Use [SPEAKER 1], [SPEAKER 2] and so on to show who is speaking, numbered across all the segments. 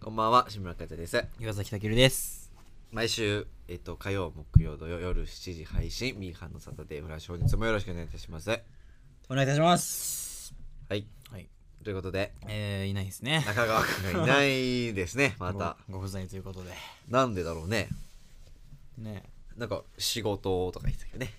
[SPEAKER 1] こんばんは、志村和也です。
[SPEAKER 2] 岩崎たけるです。
[SPEAKER 1] 毎週、えっと、火曜、木曜、土曜、夜7時配信、ミーハンのサタデーフラッシュ、本日もよろしくお願いいたします。は
[SPEAKER 2] お願いいたします。
[SPEAKER 1] い。
[SPEAKER 2] はい。
[SPEAKER 1] ということで、
[SPEAKER 2] えー、いないですね。
[SPEAKER 1] 中川くんがいないです ね、また。
[SPEAKER 2] ごご不在ということで。
[SPEAKER 1] なんでだろうね。
[SPEAKER 2] ね。
[SPEAKER 1] なんか、仕事とか言ってたけどね。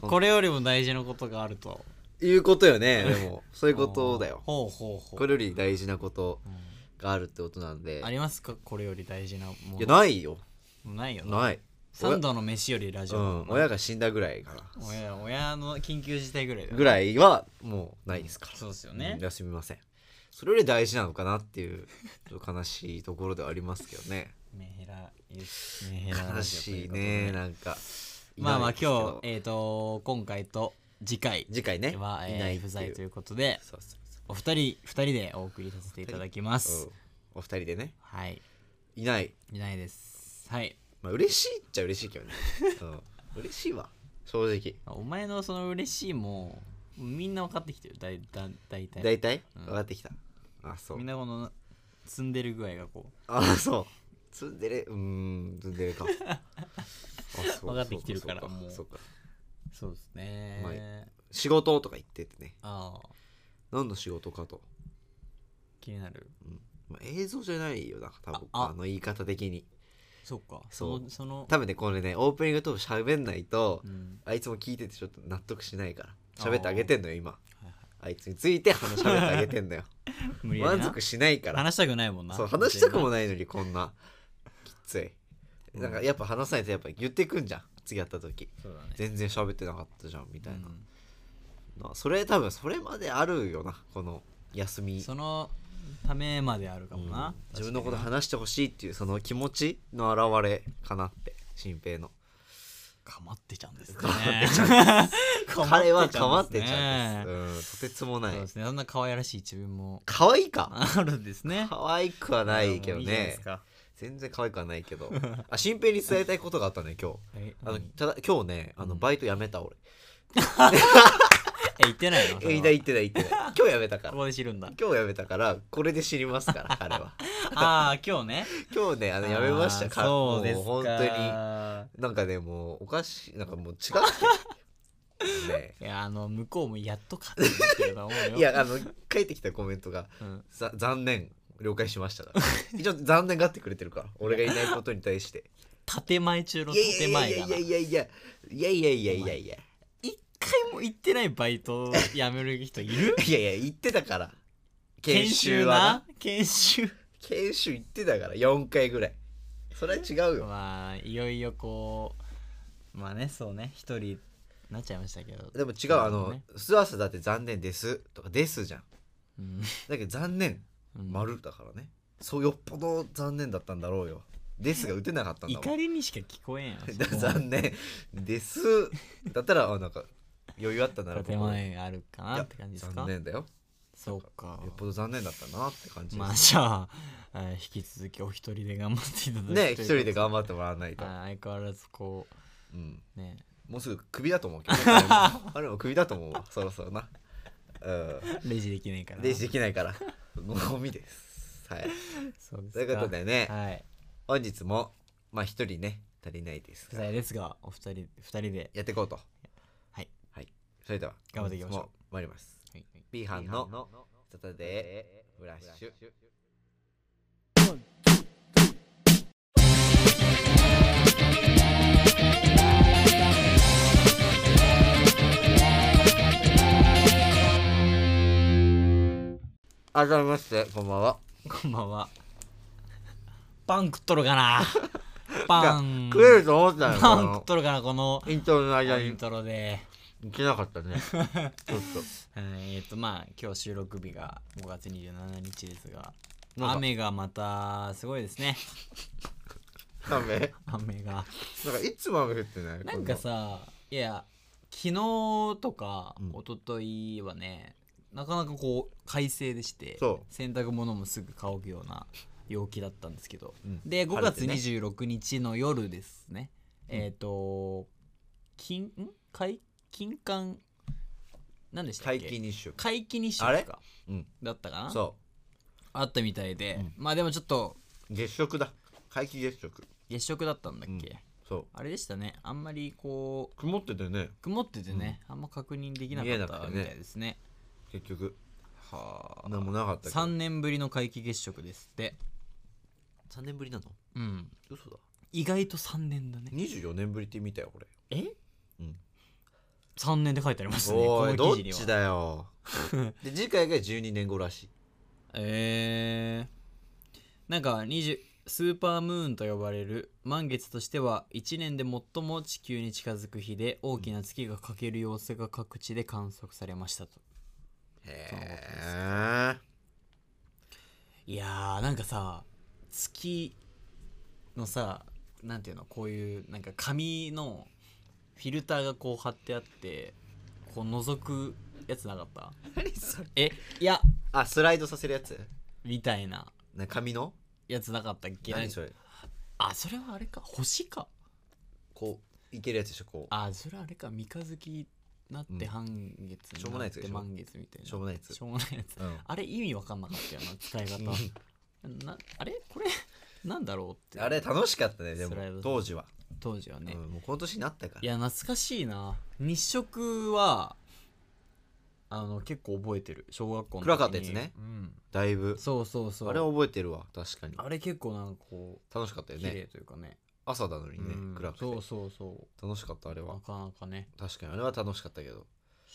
[SPEAKER 2] これよりも大事なことがあると。
[SPEAKER 1] いうことよ ね、でも。そう
[SPEAKER 2] と
[SPEAKER 1] いうことだよ。
[SPEAKER 2] ほうほうほう。
[SPEAKER 1] これより大事なこと
[SPEAKER 2] うん
[SPEAKER 1] があるってことなんで。
[SPEAKER 2] ありますかこれより大事なもの。
[SPEAKER 1] いや、ないよ。
[SPEAKER 2] ないよな。
[SPEAKER 1] ない。
[SPEAKER 2] 三度の飯よりラジ
[SPEAKER 1] う
[SPEAKER 2] オ。
[SPEAKER 1] ん、親が死んだぐらいかな。
[SPEAKER 2] 親親の緊急事態ぐらいだよ
[SPEAKER 1] ぐらいは、もう、ないですから。
[SPEAKER 2] そうですよね
[SPEAKER 1] うん。休みませんそれより大事なのかなっていうちょっと悲しいところではありますけどね
[SPEAKER 2] メンヘラ、メンヘララジオとうことで。
[SPEAKER 1] 悲しいねなんか
[SPEAKER 2] まあまあ
[SPEAKER 1] いないですけど
[SPEAKER 2] 今日、えっと、今回と次回
[SPEAKER 1] 次回ね
[SPEAKER 2] は、え
[SPEAKER 1] いないってい
[SPEAKER 2] ー
[SPEAKER 1] う
[SPEAKER 2] 不在ということで、
[SPEAKER 1] そうそうそ
[SPEAKER 2] お二人、二人でお送りさせていただきま
[SPEAKER 1] う、う
[SPEAKER 2] す
[SPEAKER 1] ん。、お二人でね
[SPEAKER 2] はい。
[SPEAKER 1] いない
[SPEAKER 2] いないです。はい。
[SPEAKER 1] まあ嬉しいっちゃ嬉しいけどね、 うん、嬉しいわ正直
[SPEAKER 2] お前のその嬉しいもみんな分かってきてる。だいだ大体。
[SPEAKER 1] 大体
[SPEAKER 2] うん
[SPEAKER 1] 分かってきた、あそう
[SPEAKER 2] みんなこの積んでる具合がこ
[SPEAKER 1] あそう積んでるうーん積んでるか あそう
[SPEAKER 2] 分かってきてるから
[SPEAKER 1] そう
[SPEAKER 2] もう
[SPEAKER 1] そうか
[SPEAKER 2] う。そうですね。
[SPEAKER 1] ま仕事とか言っててね
[SPEAKER 2] ああ、
[SPEAKER 1] 何の仕事かと
[SPEAKER 2] 気になる。
[SPEAKER 1] まあ、映像じゃないよな多分
[SPEAKER 2] あ
[SPEAKER 1] あ
[SPEAKER 2] あ
[SPEAKER 1] の言い方的に
[SPEAKER 2] そうか。
[SPEAKER 1] そう
[SPEAKER 2] その、その、
[SPEAKER 1] 多分ねこれねオープニングと喋んないと、
[SPEAKER 2] うん。
[SPEAKER 1] あいつも聞いててちょっと納得しないから喋ってあげてんのよ今
[SPEAKER 2] いはい
[SPEAKER 1] あいつについて話喋ってあげてんのよ
[SPEAKER 2] 無理やり
[SPEAKER 1] 満
[SPEAKER 2] な
[SPEAKER 1] 足しないから
[SPEAKER 2] 話したくないもんな。
[SPEAKER 1] そう話したくも
[SPEAKER 2] い。
[SPEAKER 1] ないのにこんなきついなんかやっぱ話さないとやっぱ言ってくんじゃん次やった時
[SPEAKER 2] そうだね。
[SPEAKER 1] 全然喋ってなかったじゃんみたいな、
[SPEAKER 2] うん
[SPEAKER 1] なそれ多分それまであるよなこの休み
[SPEAKER 2] そのためまであるかも
[SPEAKER 1] う。
[SPEAKER 2] なん
[SPEAKER 1] 自分のこと
[SPEAKER 2] 確
[SPEAKER 1] 話してほしいっていうその気持ちの表れかなって新平の
[SPEAKER 2] かにな。かまってちゃうんですね。
[SPEAKER 1] 彼はか
[SPEAKER 2] か
[SPEAKER 1] ま
[SPEAKER 2] ま
[SPEAKER 1] っ
[SPEAKER 2] ってて
[SPEAKER 1] ち
[SPEAKER 2] ち
[SPEAKER 1] ゃ
[SPEAKER 2] ゃ
[SPEAKER 1] う
[SPEAKER 2] うんん
[SPEAKER 1] で
[SPEAKER 2] ですす
[SPEAKER 1] う
[SPEAKER 2] ね。
[SPEAKER 1] んとてつもない
[SPEAKER 2] そうですね。そんな可愛らしい一面も
[SPEAKER 1] 可愛いか
[SPEAKER 2] あるんですね。
[SPEAKER 1] 可愛くはないけど
[SPEAKER 2] いいじゃないで
[SPEAKER 1] ね
[SPEAKER 2] すか
[SPEAKER 1] 全然可愛くはないけ どあ新平に伝えたいことがあったね今日
[SPEAKER 2] え、
[SPEAKER 1] あの
[SPEAKER 2] 何
[SPEAKER 1] ただ今日ねあの
[SPEAKER 2] うん
[SPEAKER 1] バイト辞めた俺
[SPEAKER 2] え、言ってないのそれ
[SPEAKER 1] 言
[SPEAKER 2] は
[SPEAKER 1] ってない言ってない言 ってない今日辞めたか
[SPEAKER 2] こ
[SPEAKER 1] ら
[SPEAKER 2] こで知る んだ。
[SPEAKER 1] 今日辞めたからこれで知りますから彼は
[SPEAKER 2] ああ、今日ね。
[SPEAKER 1] 今日ねあの辞めましたから
[SPEAKER 2] あー
[SPEAKER 1] も
[SPEAKER 2] そうです
[SPEAKER 1] う
[SPEAKER 2] か。
[SPEAKER 1] 本当に
[SPEAKER 2] 当
[SPEAKER 1] なんかねもうおかしいなんかもう違くて ね
[SPEAKER 2] に。いや、あの、向こうもやっとかって言ってると思う よ。
[SPEAKER 1] い、やあの返ってきたコメントが
[SPEAKER 2] うん、
[SPEAKER 1] 「ざ残念了解しま した」一応残念がってくれてるから俺がいないことに対して
[SPEAKER 2] 建前中
[SPEAKER 1] 「
[SPEAKER 2] の
[SPEAKER 1] いや
[SPEAKER 2] 建
[SPEAKER 1] いや
[SPEAKER 2] 前
[SPEAKER 1] い
[SPEAKER 2] が
[SPEAKER 1] や
[SPEAKER 2] な。
[SPEAKER 1] いやいやいやいやいやいやいやいや
[SPEAKER 2] 一回も行ってないバイト辞める人いる
[SPEAKER 1] いやいや言ってたから研修はな
[SPEAKER 2] 研修な研修。
[SPEAKER 1] 研修行ってたから4回ぐらいそれは違うよ
[SPEAKER 2] まあ、いよいよこう、まあね、そうね、一人になっちゃいましたけど。
[SPEAKER 1] でも違うあ
[SPEAKER 2] そう
[SPEAKER 1] の
[SPEAKER 2] ね
[SPEAKER 1] 「素朝だって残念です」とか「です」じゃん
[SPEAKER 2] うん。
[SPEAKER 1] だけど残念
[SPEAKER 2] うん
[SPEAKER 1] 丸だからねそうよっぽど残念だったんだろうよですが打てなかったんだもん
[SPEAKER 2] 怒りにしか聞こえ んよ。
[SPEAKER 1] だ残念ですだったらあなんか余裕あったなら
[SPEAKER 2] 建前があるか
[SPEAKER 1] い
[SPEAKER 2] な
[SPEAKER 1] や
[SPEAKER 2] って感じですか
[SPEAKER 1] 残念だよ
[SPEAKER 2] そうか
[SPEAKER 1] よっぽど残念だったなって感じで
[SPEAKER 2] まあ
[SPEAKER 1] す
[SPEAKER 2] じゃあえー引き続きお一人で頑張っていただき
[SPEAKER 1] ね一人で
[SPEAKER 2] 張
[SPEAKER 1] 頑張ってもらわないと、
[SPEAKER 2] 相変わらずこ
[SPEAKER 1] うん、
[SPEAKER 2] うね
[SPEAKER 1] もうすぐクビだと思う けどね彼も彼もクビだと思うわそろそろなう
[SPEAKER 2] レジできないから
[SPEAKER 1] んレジできないからゴミですはい
[SPEAKER 2] そうです
[SPEAKER 1] ということでね
[SPEAKER 2] はい
[SPEAKER 1] 本日もまあ一人ね足りないです
[SPEAKER 2] 不在ですがお二人二人で
[SPEAKER 1] やっていこうと
[SPEAKER 2] はい
[SPEAKER 1] はいそれでは
[SPEAKER 2] 頑張っていきましょう
[SPEAKER 1] 本日も参ります
[SPEAKER 2] はい
[SPEAKER 1] B 班のサタデーフラッシュ改めましてこんばんは
[SPEAKER 2] こんばんはパン食っとるか なパン
[SPEAKER 1] 食えると思ったよ
[SPEAKER 2] パ
[SPEAKER 1] こ
[SPEAKER 2] ン
[SPEAKER 1] の
[SPEAKER 2] 食っとるかなこの
[SPEAKER 1] イントロの間
[SPEAKER 2] イ
[SPEAKER 1] に
[SPEAKER 2] ントロで
[SPEAKER 1] 行けなかったねちょっ
[SPEAKER 2] はいえっとまあ今日収録日が5月27日ですが
[SPEAKER 1] なんか
[SPEAKER 2] 雨がまたすごいですね
[SPEAKER 1] と 雨なんか
[SPEAKER 2] 雨が
[SPEAKER 1] いつも雨降ってない
[SPEAKER 2] なんかさいや昨日とか
[SPEAKER 1] うん
[SPEAKER 2] 一昨日はね、なかなかこう快晴でして
[SPEAKER 1] そう
[SPEAKER 2] 洗濯物もすぐ乾くような陽気だったんですけど、
[SPEAKER 1] うん
[SPEAKER 2] で5
[SPEAKER 1] 晴れ
[SPEAKER 2] 月
[SPEAKER 1] てね
[SPEAKER 2] 26日の夜ですね
[SPEAKER 1] うん
[SPEAKER 2] えっ、と金ん解金環何でしたっけ
[SPEAKER 1] 大気日
[SPEAKER 2] 皆既日
[SPEAKER 1] あ
[SPEAKER 2] 食
[SPEAKER 1] れ
[SPEAKER 2] か
[SPEAKER 1] うん
[SPEAKER 2] だったかな
[SPEAKER 1] そ
[SPEAKER 2] あったみたいで、
[SPEAKER 1] うん
[SPEAKER 2] まあでもちょっと
[SPEAKER 1] 月食だ皆既月食
[SPEAKER 2] 月食だったんだっけ、
[SPEAKER 1] うそう
[SPEAKER 2] あれでしたねあんまりこう
[SPEAKER 1] 曇っててね
[SPEAKER 2] 曇っててね、あんま確認できなか
[SPEAKER 1] 見え
[SPEAKER 2] っ
[SPEAKER 1] なく
[SPEAKER 2] た
[SPEAKER 1] て
[SPEAKER 2] み
[SPEAKER 1] ね
[SPEAKER 2] たいですね
[SPEAKER 1] 結局
[SPEAKER 2] はあ
[SPEAKER 1] 何もなかったけど
[SPEAKER 2] 3年ぶりの皆既月食ですって
[SPEAKER 1] 3年ぶりなの
[SPEAKER 2] うん
[SPEAKER 1] 嘘だ
[SPEAKER 2] 意外と3年だね
[SPEAKER 1] 24年ぶりって見たよこれ
[SPEAKER 2] え
[SPEAKER 1] うん
[SPEAKER 2] 3年で書いてありますね
[SPEAKER 1] おい
[SPEAKER 2] こ
[SPEAKER 1] ど
[SPEAKER 2] の
[SPEAKER 1] っ
[SPEAKER 2] 記事には
[SPEAKER 1] ちだ よで次回が12年後らしい
[SPEAKER 2] えー、なんか20スーパームーンと呼ばれる満月としては1年で最も地球に近づく日で大きな月が欠ける様子が各地で観測されましたと
[SPEAKER 1] へえ
[SPEAKER 2] いやーなんかさ月のさなんていうのこういうなんか紙のフィルターがこう貼ってあってこう覗くやつなかった
[SPEAKER 1] 何それ
[SPEAKER 2] えいや
[SPEAKER 1] あスライドさせるやつ
[SPEAKER 2] みたいな
[SPEAKER 1] な紙の
[SPEAKER 2] やつなかったっけ
[SPEAKER 1] 何それ
[SPEAKER 2] あそれはあれか星か
[SPEAKER 1] こういけるやつでしょこ
[SPEAKER 2] あそれあれか三日月なっ
[SPEAKER 1] うん
[SPEAKER 2] て半月
[SPEAKER 1] しょうもないやつで
[SPEAKER 2] って
[SPEAKER 1] しょ
[SPEAKER 2] 満月みたいな
[SPEAKER 1] うしょうもないやつ
[SPEAKER 2] しょうもないやつ
[SPEAKER 1] うん
[SPEAKER 2] あれ意味わかんなかったよな使い方なあれこれなんだろうって
[SPEAKER 1] あれ楽しかったねで
[SPEAKER 2] スライド
[SPEAKER 1] も当時は、
[SPEAKER 2] 当時はね、
[SPEAKER 1] うん、もうこの年になったから
[SPEAKER 2] いや懐かしいな日食はあの結構覚えてる小学校の時に
[SPEAKER 1] 暗かったやつね
[SPEAKER 2] うん、
[SPEAKER 1] だいぶ
[SPEAKER 2] そうそうそう
[SPEAKER 1] あれは覚えてるわ確かに
[SPEAKER 2] あれ結構なんかこ
[SPEAKER 1] 楽しかった
[SPEAKER 2] う
[SPEAKER 1] よ
[SPEAKER 2] 綺麗
[SPEAKER 1] ね
[SPEAKER 2] というかね
[SPEAKER 1] 朝なのにね、
[SPEAKER 2] うん
[SPEAKER 1] 暗くて
[SPEAKER 2] そうそうそ
[SPEAKER 1] 楽しかったあれ
[SPEAKER 2] うな
[SPEAKER 1] は
[SPEAKER 2] かなかね
[SPEAKER 1] 確かにあれは楽しかったけど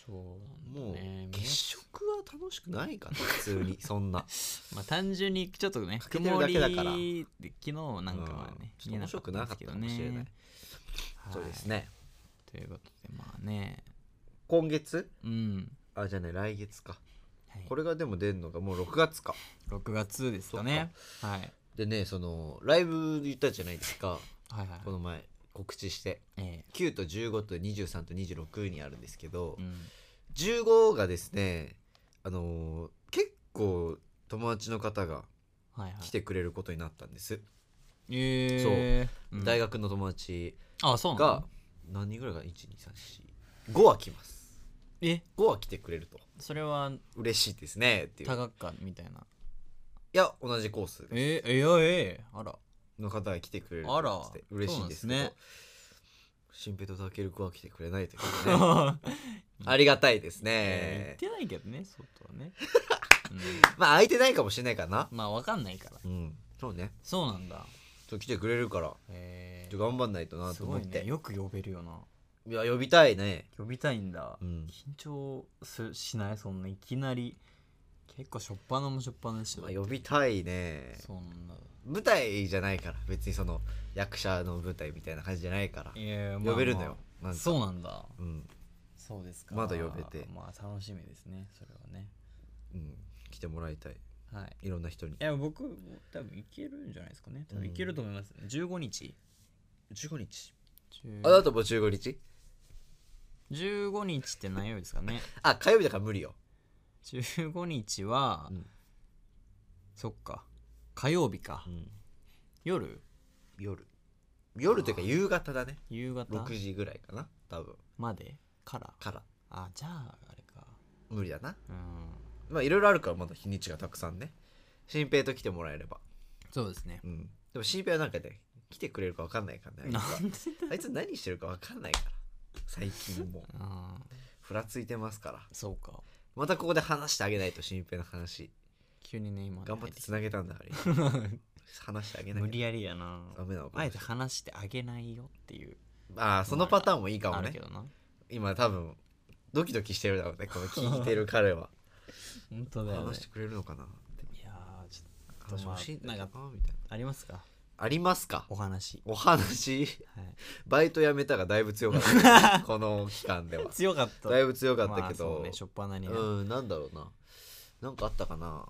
[SPEAKER 2] そうなん
[SPEAKER 1] もう
[SPEAKER 2] だね
[SPEAKER 1] 月食は楽しくないかな普通 にそんな
[SPEAKER 2] まあ単純にちょっとね
[SPEAKER 1] 欠けてるだけだから
[SPEAKER 2] 曇りで昨日なんかはね、
[SPEAKER 1] うんちょっと面白くなかったかもしれない、
[SPEAKER 2] 見えなかったんですけどね
[SPEAKER 1] そうですね
[SPEAKER 2] はいということでまあね
[SPEAKER 1] 今月
[SPEAKER 2] うん、
[SPEAKER 1] あじゃあね来月か
[SPEAKER 2] はい、
[SPEAKER 1] これがでも出るのがもう6月か
[SPEAKER 2] 6月ですかねはい
[SPEAKER 1] でねそのライブ言ったじゃないですか
[SPEAKER 2] はいはい
[SPEAKER 1] この前告知して
[SPEAKER 2] え
[SPEAKER 1] 9と15と23と26にあるんですけど、
[SPEAKER 2] えうん
[SPEAKER 1] 15がですねあのー結構友達の方が
[SPEAKER 2] はいはい
[SPEAKER 1] 来てくれることになったんです、
[SPEAKER 2] えそう、
[SPEAKER 1] 大
[SPEAKER 2] 学
[SPEAKER 1] 学の友達
[SPEAKER 2] あそうな
[SPEAKER 1] が
[SPEAKER 2] の
[SPEAKER 1] 何人ぐらいか12345は来ます
[SPEAKER 2] え
[SPEAKER 1] 5は来てくれると
[SPEAKER 2] それは
[SPEAKER 1] 嬉しいですねっていう
[SPEAKER 2] 多
[SPEAKER 1] い
[SPEAKER 2] 学科みたいな
[SPEAKER 1] や同じコース
[SPEAKER 2] ええいやええあら
[SPEAKER 1] の方が来てくれる
[SPEAKER 2] あら
[SPEAKER 1] とって嬉しいんですけど
[SPEAKER 2] そうなんで
[SPEAKER 1] 新平とたける子は来てくれないという ことでねありがたいです
[SPEAKER 2] 言っ
[SPEAKER 1] ね
[SPEAKER 2] てないけどね外は ね、
[SPEAKER 1] まあ空いてないかもしれないかな
[SPEAKER 2] うんまあわかんないから
[SPEAKER 1] うんそうね
[SPEAKER 2] そうなんだ
[SPEAKER 1] そう来てくれるから
[SPEAKER 2] え
[SPEAKER 1] ちょっと頑張んないと
[SPEAKER 2] え
[SPEAKER 1] な
[SPEAKER 2] す
[SPEAKER 1] と
[SPEAKER 2] ご
[SPEAKER 1] 思っ
[SPEAKER 2] い
[SPEAKER 1] て
[SPEAKER 2] ねよく呼べるよない
[SPEAKER 1] や呼びたいね
[SPEAKER 2] 呼びたいんだ、
[SPEAKER 1] うん
[SPEAKER 2] 緊張すしないそんないきなり結構しょっぱなもしょっぱなでしょ、
[SPEAKER 1] まあ呼びたいね
[SPEAKER 2] そんな
[SPEAKER 1] 舞台じゃないから別にその役者の舞台みたいな感じじゃないから
[SPEAKER 2] いや
[SPEAKER 1] 呼べるんだよ、なんか
[SPEAKER 2] そうなんだ
[SPEAKER 1] うん、
[SPEAKER 2] そうですか
[SPEAKER 1] まだ呼べて
[SPEAKER 2] まあ楽しみですねそれはね
[SPEAKER 1] うん、来てもらいたい
[SPEAKER 2] はい
[SPEAKER 1] いろんな人に
[SPEAKER 2] いや僕多分いけるんじゃないですかね多分いけると思います、15日
[SPEAKER 1] 15日
[SPEAKER 2] 10
[SPEAKER 1] あだともう15日
[SPEAKER 2] 15日って何曜日ですか ね
[SPEAKER 1] あ火曜日だから無理よ
[SPEAKER 2] 15日は、
[SPEAKER 1] うん
[SPEAKER 2] そっか火曜日か、
[SPEAKER 1] ん
[SPEAKER 2] 夜
[SPEAKER 1] 夜夜というか夕方だね
[SPEAKER 2] 夕方
[SPEAKER 1] 6時ぐらいかな多分
[SPEAKER 2] までから
[SPEAKER 1] から
[SPEAKER 2] あじゃああれか
[SPEAKER 1] 無理だな
[SPEAKER 2] うん
[SPEAKER 1] まあいろいろあるからまだ日にちがたくさんね新平と来てもらえれば
[SPEAKER 2] そうですね
[SPEAKER 1] うんでも新平はなんかね来てくれるか分かんないからねあいつは
[SPEAKER 2] なんで
[SPEAKER 1] あいつ何してるか分かんないから最近 もう
[SPEAKER 2] あ
[SPEAKER 1] ふらついてますから
[SPEAKER 2] そうか
[SPEAKER 1] またここで話してあげないと新平の話
[SPEAKER 2] 急にね今
[SPEAKER 1] 頑張ってつなげたんだから 今話してあげない
[SPEAKER 2] 無理やりやな
[SPEAKER 1] ダメなのかもしれ
[SPEAKER 2] あえ
[SPEAKER 1] な
[SPEAKER 2] て
[SPEAKER 1] い
[SPEAKER 2] 話してあげないよっていう
[SPEAKER 1] ああそのパターンもいいかも
[SPEAKER 2] ある
[SPEAKER 1] ね
[SPEAKER 2] けどな
[SPEAKER 1] 今多分ドキドキしてるだろうねこの聞いてる彼 は
[SPEAKER 2] 本当だよ、ね
[SPEAKER 1] 話し、てくれるのかなって
[SPEAKER 2] いやーちょっ
[SPEAKER 1] 話
[SPEAKER 2] と、ま
[SPEAKER 1] 欲
[SPEAKER 2] あ
[SPEAKER 1] しいん、だ
[SPEAKER 2] なん
[SPEAKER 1] け
[SPEAKER 2] か
[SPEAKER 1] どなみたいな
[SPEAKER 2] ありますか
[SPEAKER 1] ありますか
[SPEAKER 2] お話、
[SPEAKER 1] お話
[SPEAKER 2] はい、
[SPEAKER 1] バイト辞めたがだいぶ強かった ねこの期間では
[SPEAKER 2] 強かった
[SPEAKER 1] だいぶ強かったけ
[SPEAKER 2] まあ、そう
[SPEAKER 1] ど
[SPEAKER 2] ねしょっぱなにね、
[SPEAKER 1] うんなんだろうななんかあったかな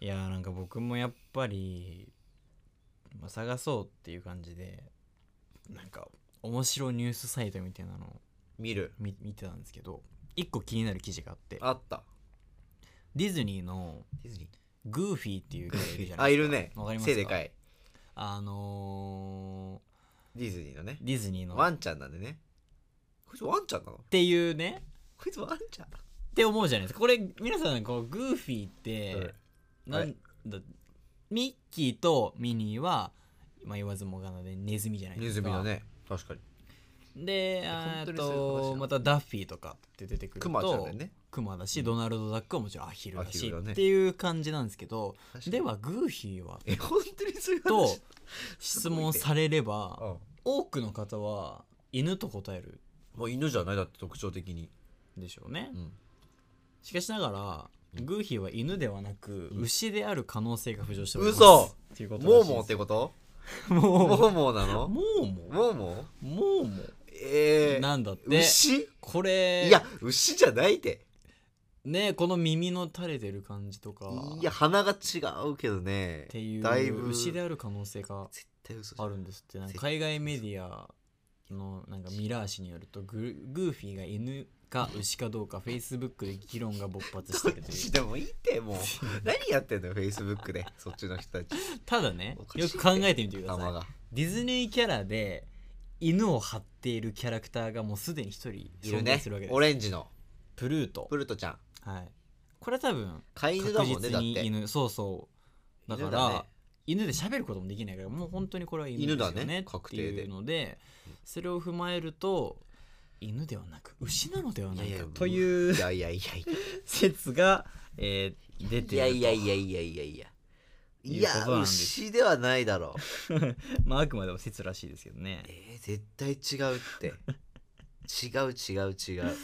[SPEAKER 1] い
[SPEAKER 2] やーなんか僕もやっぱり、まあ、探そうっていう感じでなんか面白いニュースサイトみたいなのを
[SPEAKER 1] 見る
[SPEAKER 2] 見見てたんですけど一個気になる記事があって
[SPEAKER 1] あった
[SPEAKER 2] ディズニーの
[SPEAKER 1] ディズニ
[SPEAKER 2] グーフィーっていう人がいるじゃないですか
[SPEAKER 1] ーあいるね
[SPEAKER 2] わかります
[SPEAKER 1] 背
[SPEAKER 2] か
[SPEAKER 1] でかい
[SPEAKER 2] あの
[SPEAKER 1] ディズニーのね
[SPEAKER 2] ーディズニーの
[SPEAKER 1] ワ
[SPEAKER 2] っ
[SPEAKER 1] ンちゃんなんでねこいつワンちゃんなの
[SPEAKER 2] ていうね
[SPEAKER 1] こいつワンちゃん
[SPEAKER 2] って思うじゃないですかこれ皆さんこうグーフィーって、
[SPEAKER 1] はい
[SPEAKER 2] なんだミッキーとミニーは、まあ、言わずもがなでネズミじゃないで
[SPEAKER 1] ネ
[SPEAKER 2] す
[SPEAKER 1] ズミ
[SPEAKER 2] か
[SPEAKER 1] だね確かに
[SPEAKER 2] であ
[SPEAKER 1] 本当にそういう話
[SPEAKER 2] と
[SPEAKER 1] だ
[SPEAKER 2] またダッフィーとかって出てくると
[SPEAKER 1] クマちゃんだよね
[SPEAKER 2] クマだし、ドナルド・ダックはもちろんアヒルだし
[SPEAKER 1] アヒルだね
[SPEAKER 2] っていう感じなんですけど
[SPEAKER 1] 確かに
[SPEAKER 2] ではグーヒーは
[SPEAKER 1] え本当にそういう話
[SPEAKER 2] と質問されれば
[SPEAKER 1] うん
[SPEAKER 2] 多くの方は犬と答える
[SPEAKER 1] もう犬じゃないだって特徴的に
[SPEAKER 2] でしょうね、
[SPEAKER 1] うん
[SPEAKER 2] しかしながらグーヒーは犬ではなく、
[SPEAKER 1] うん
[SPEAKER 2] 牛である可能性が浮上しております
[SPEAKER 1] 嘘
[SPEAKER 2] っていうこと
[SPEAKER 1] モ
[SPEAKER 2] ら
[SPEAKER 1] ー
[SPEAKER 2] し
[SPEAKER 1] モ
[SPEAKER 2] いで
[SPEAKER 1] ーっ
[SPEAKER 2] す
[SPEAKER 1] てこと
[SPEAKER 2] モー
[SPEAKER 1] モ
[SPEAKER 2] モー
[SPEAKER 1] ーモーなの
[SPEAKER 2] モーモ
[SPEAKER 1] モーモー
[SPEAKER 2] ーモーモ
[SPEAKER 1] え
[SPEAKER 2] ー
[SPEAKER 1] ー
[SPEAKER 2] なんだって
[SPEAKER 1] 牛
[SPEAKER 2] これ
[SPEAKER 1] いや牛じゃないって
[SPEAKER 2] ねこの耳の垂れてる感じとか
[SPEAKER 1] いや
[SPEAKER 2] っ
[SPEAKER 1] 鼻が違うけどね
[SPEAKER 2] ていう
[SPEAKER 1] だいぶ
[SPEAKER 2] 牛である可能性が
[SPEAKER 1] 絶対嘘じゃ
[SPEAKER 2] あ
[SPEAKER 1] ん
[SPEAKER 2] るんですってなんか海外メディアのなんかミラー紙によるとググーフィーが犬か牛かどうかフェイスブックで議論が勃発して
[SPEAKER 1] ど
[SPEAKER 2] いる
[SPEAKER 1] っ
[SPEAKER 2] とい
[SPEAKER 1] ち
[SPEAKER 2] う
[SPEAKER 1] でもいいって もう何やってんのよフェイスブックでそっちの人たち
[SPEAKER 2] ただね
[SPEAKER 1] おかしい
[SPEAKER 2] よ
[SPEAKER 1] って
[SPEAKER 2] く考えてみてくだ
[SPEAKER 1] 頭
[SPEAKER 2] さ
[SPEAKER 1] が
[SPEAKER 2] いディズニーキャラで犬を張っているキャラクターがもうすでに一人
[SPEAKER 1] いる
[SPEAKER 2] 存
[SPEAKER 1] ね
[SPEAKER 2] 在するわけです
[SPEAKER 1] オレンジの
[SPEAKER 2] プルート
[SPEAKER 1] プルトちゃん
[SPEAKER 2] はいこれは多分
[SPEAKER 1] 飼い犬だ
[SPEAKER 2] 確
[SPEAKER 1] もんねだ
[SPEAKER 2] 実
[SPEAKER 1] っ
[SPEAKER 2] に
[SPEAKER 1] て
[SPEAKER 2] 犬そうそうだから
[SPEAKER 1] 犬だね
[SPEAKER 2] 犬で喋ることもできないからもう本当にこれは犬ですよ
[SPEAKER 1] 犬だ
[SPEAKER 2] ね
[SPEAKER 1] ね
[SPEAKER 2] って
[SPEAKER 1] 確定
[SPEAKER 2] い
[SPEAKER 1] で
[SPEAKER 2] うのでそれを踏まえると犬ではなく牛なのではない
[SPEAKER 1] いやい
[SPEAKER 2] か
[SPEAKER 1] や
[SPEAKER 2] という
[SPEAKER 1] いやいやいやいや
[SPEAKER 2] 説が、えー出て
[SPEAKER 1] いや
[SPEAKER 2] る
[SPEAKER 1] いやいやいやいやいやい
[SPEAKER 2] いう
[SPEAKER 1] や
[SPEAKER 2] ことなんです
[SPEAKER 1] 牛ではないだろう
[SPEAKER 2] まああくまでも説らしいですけどね
[SPEAKER 1] えー、絶対違うって違う違う違う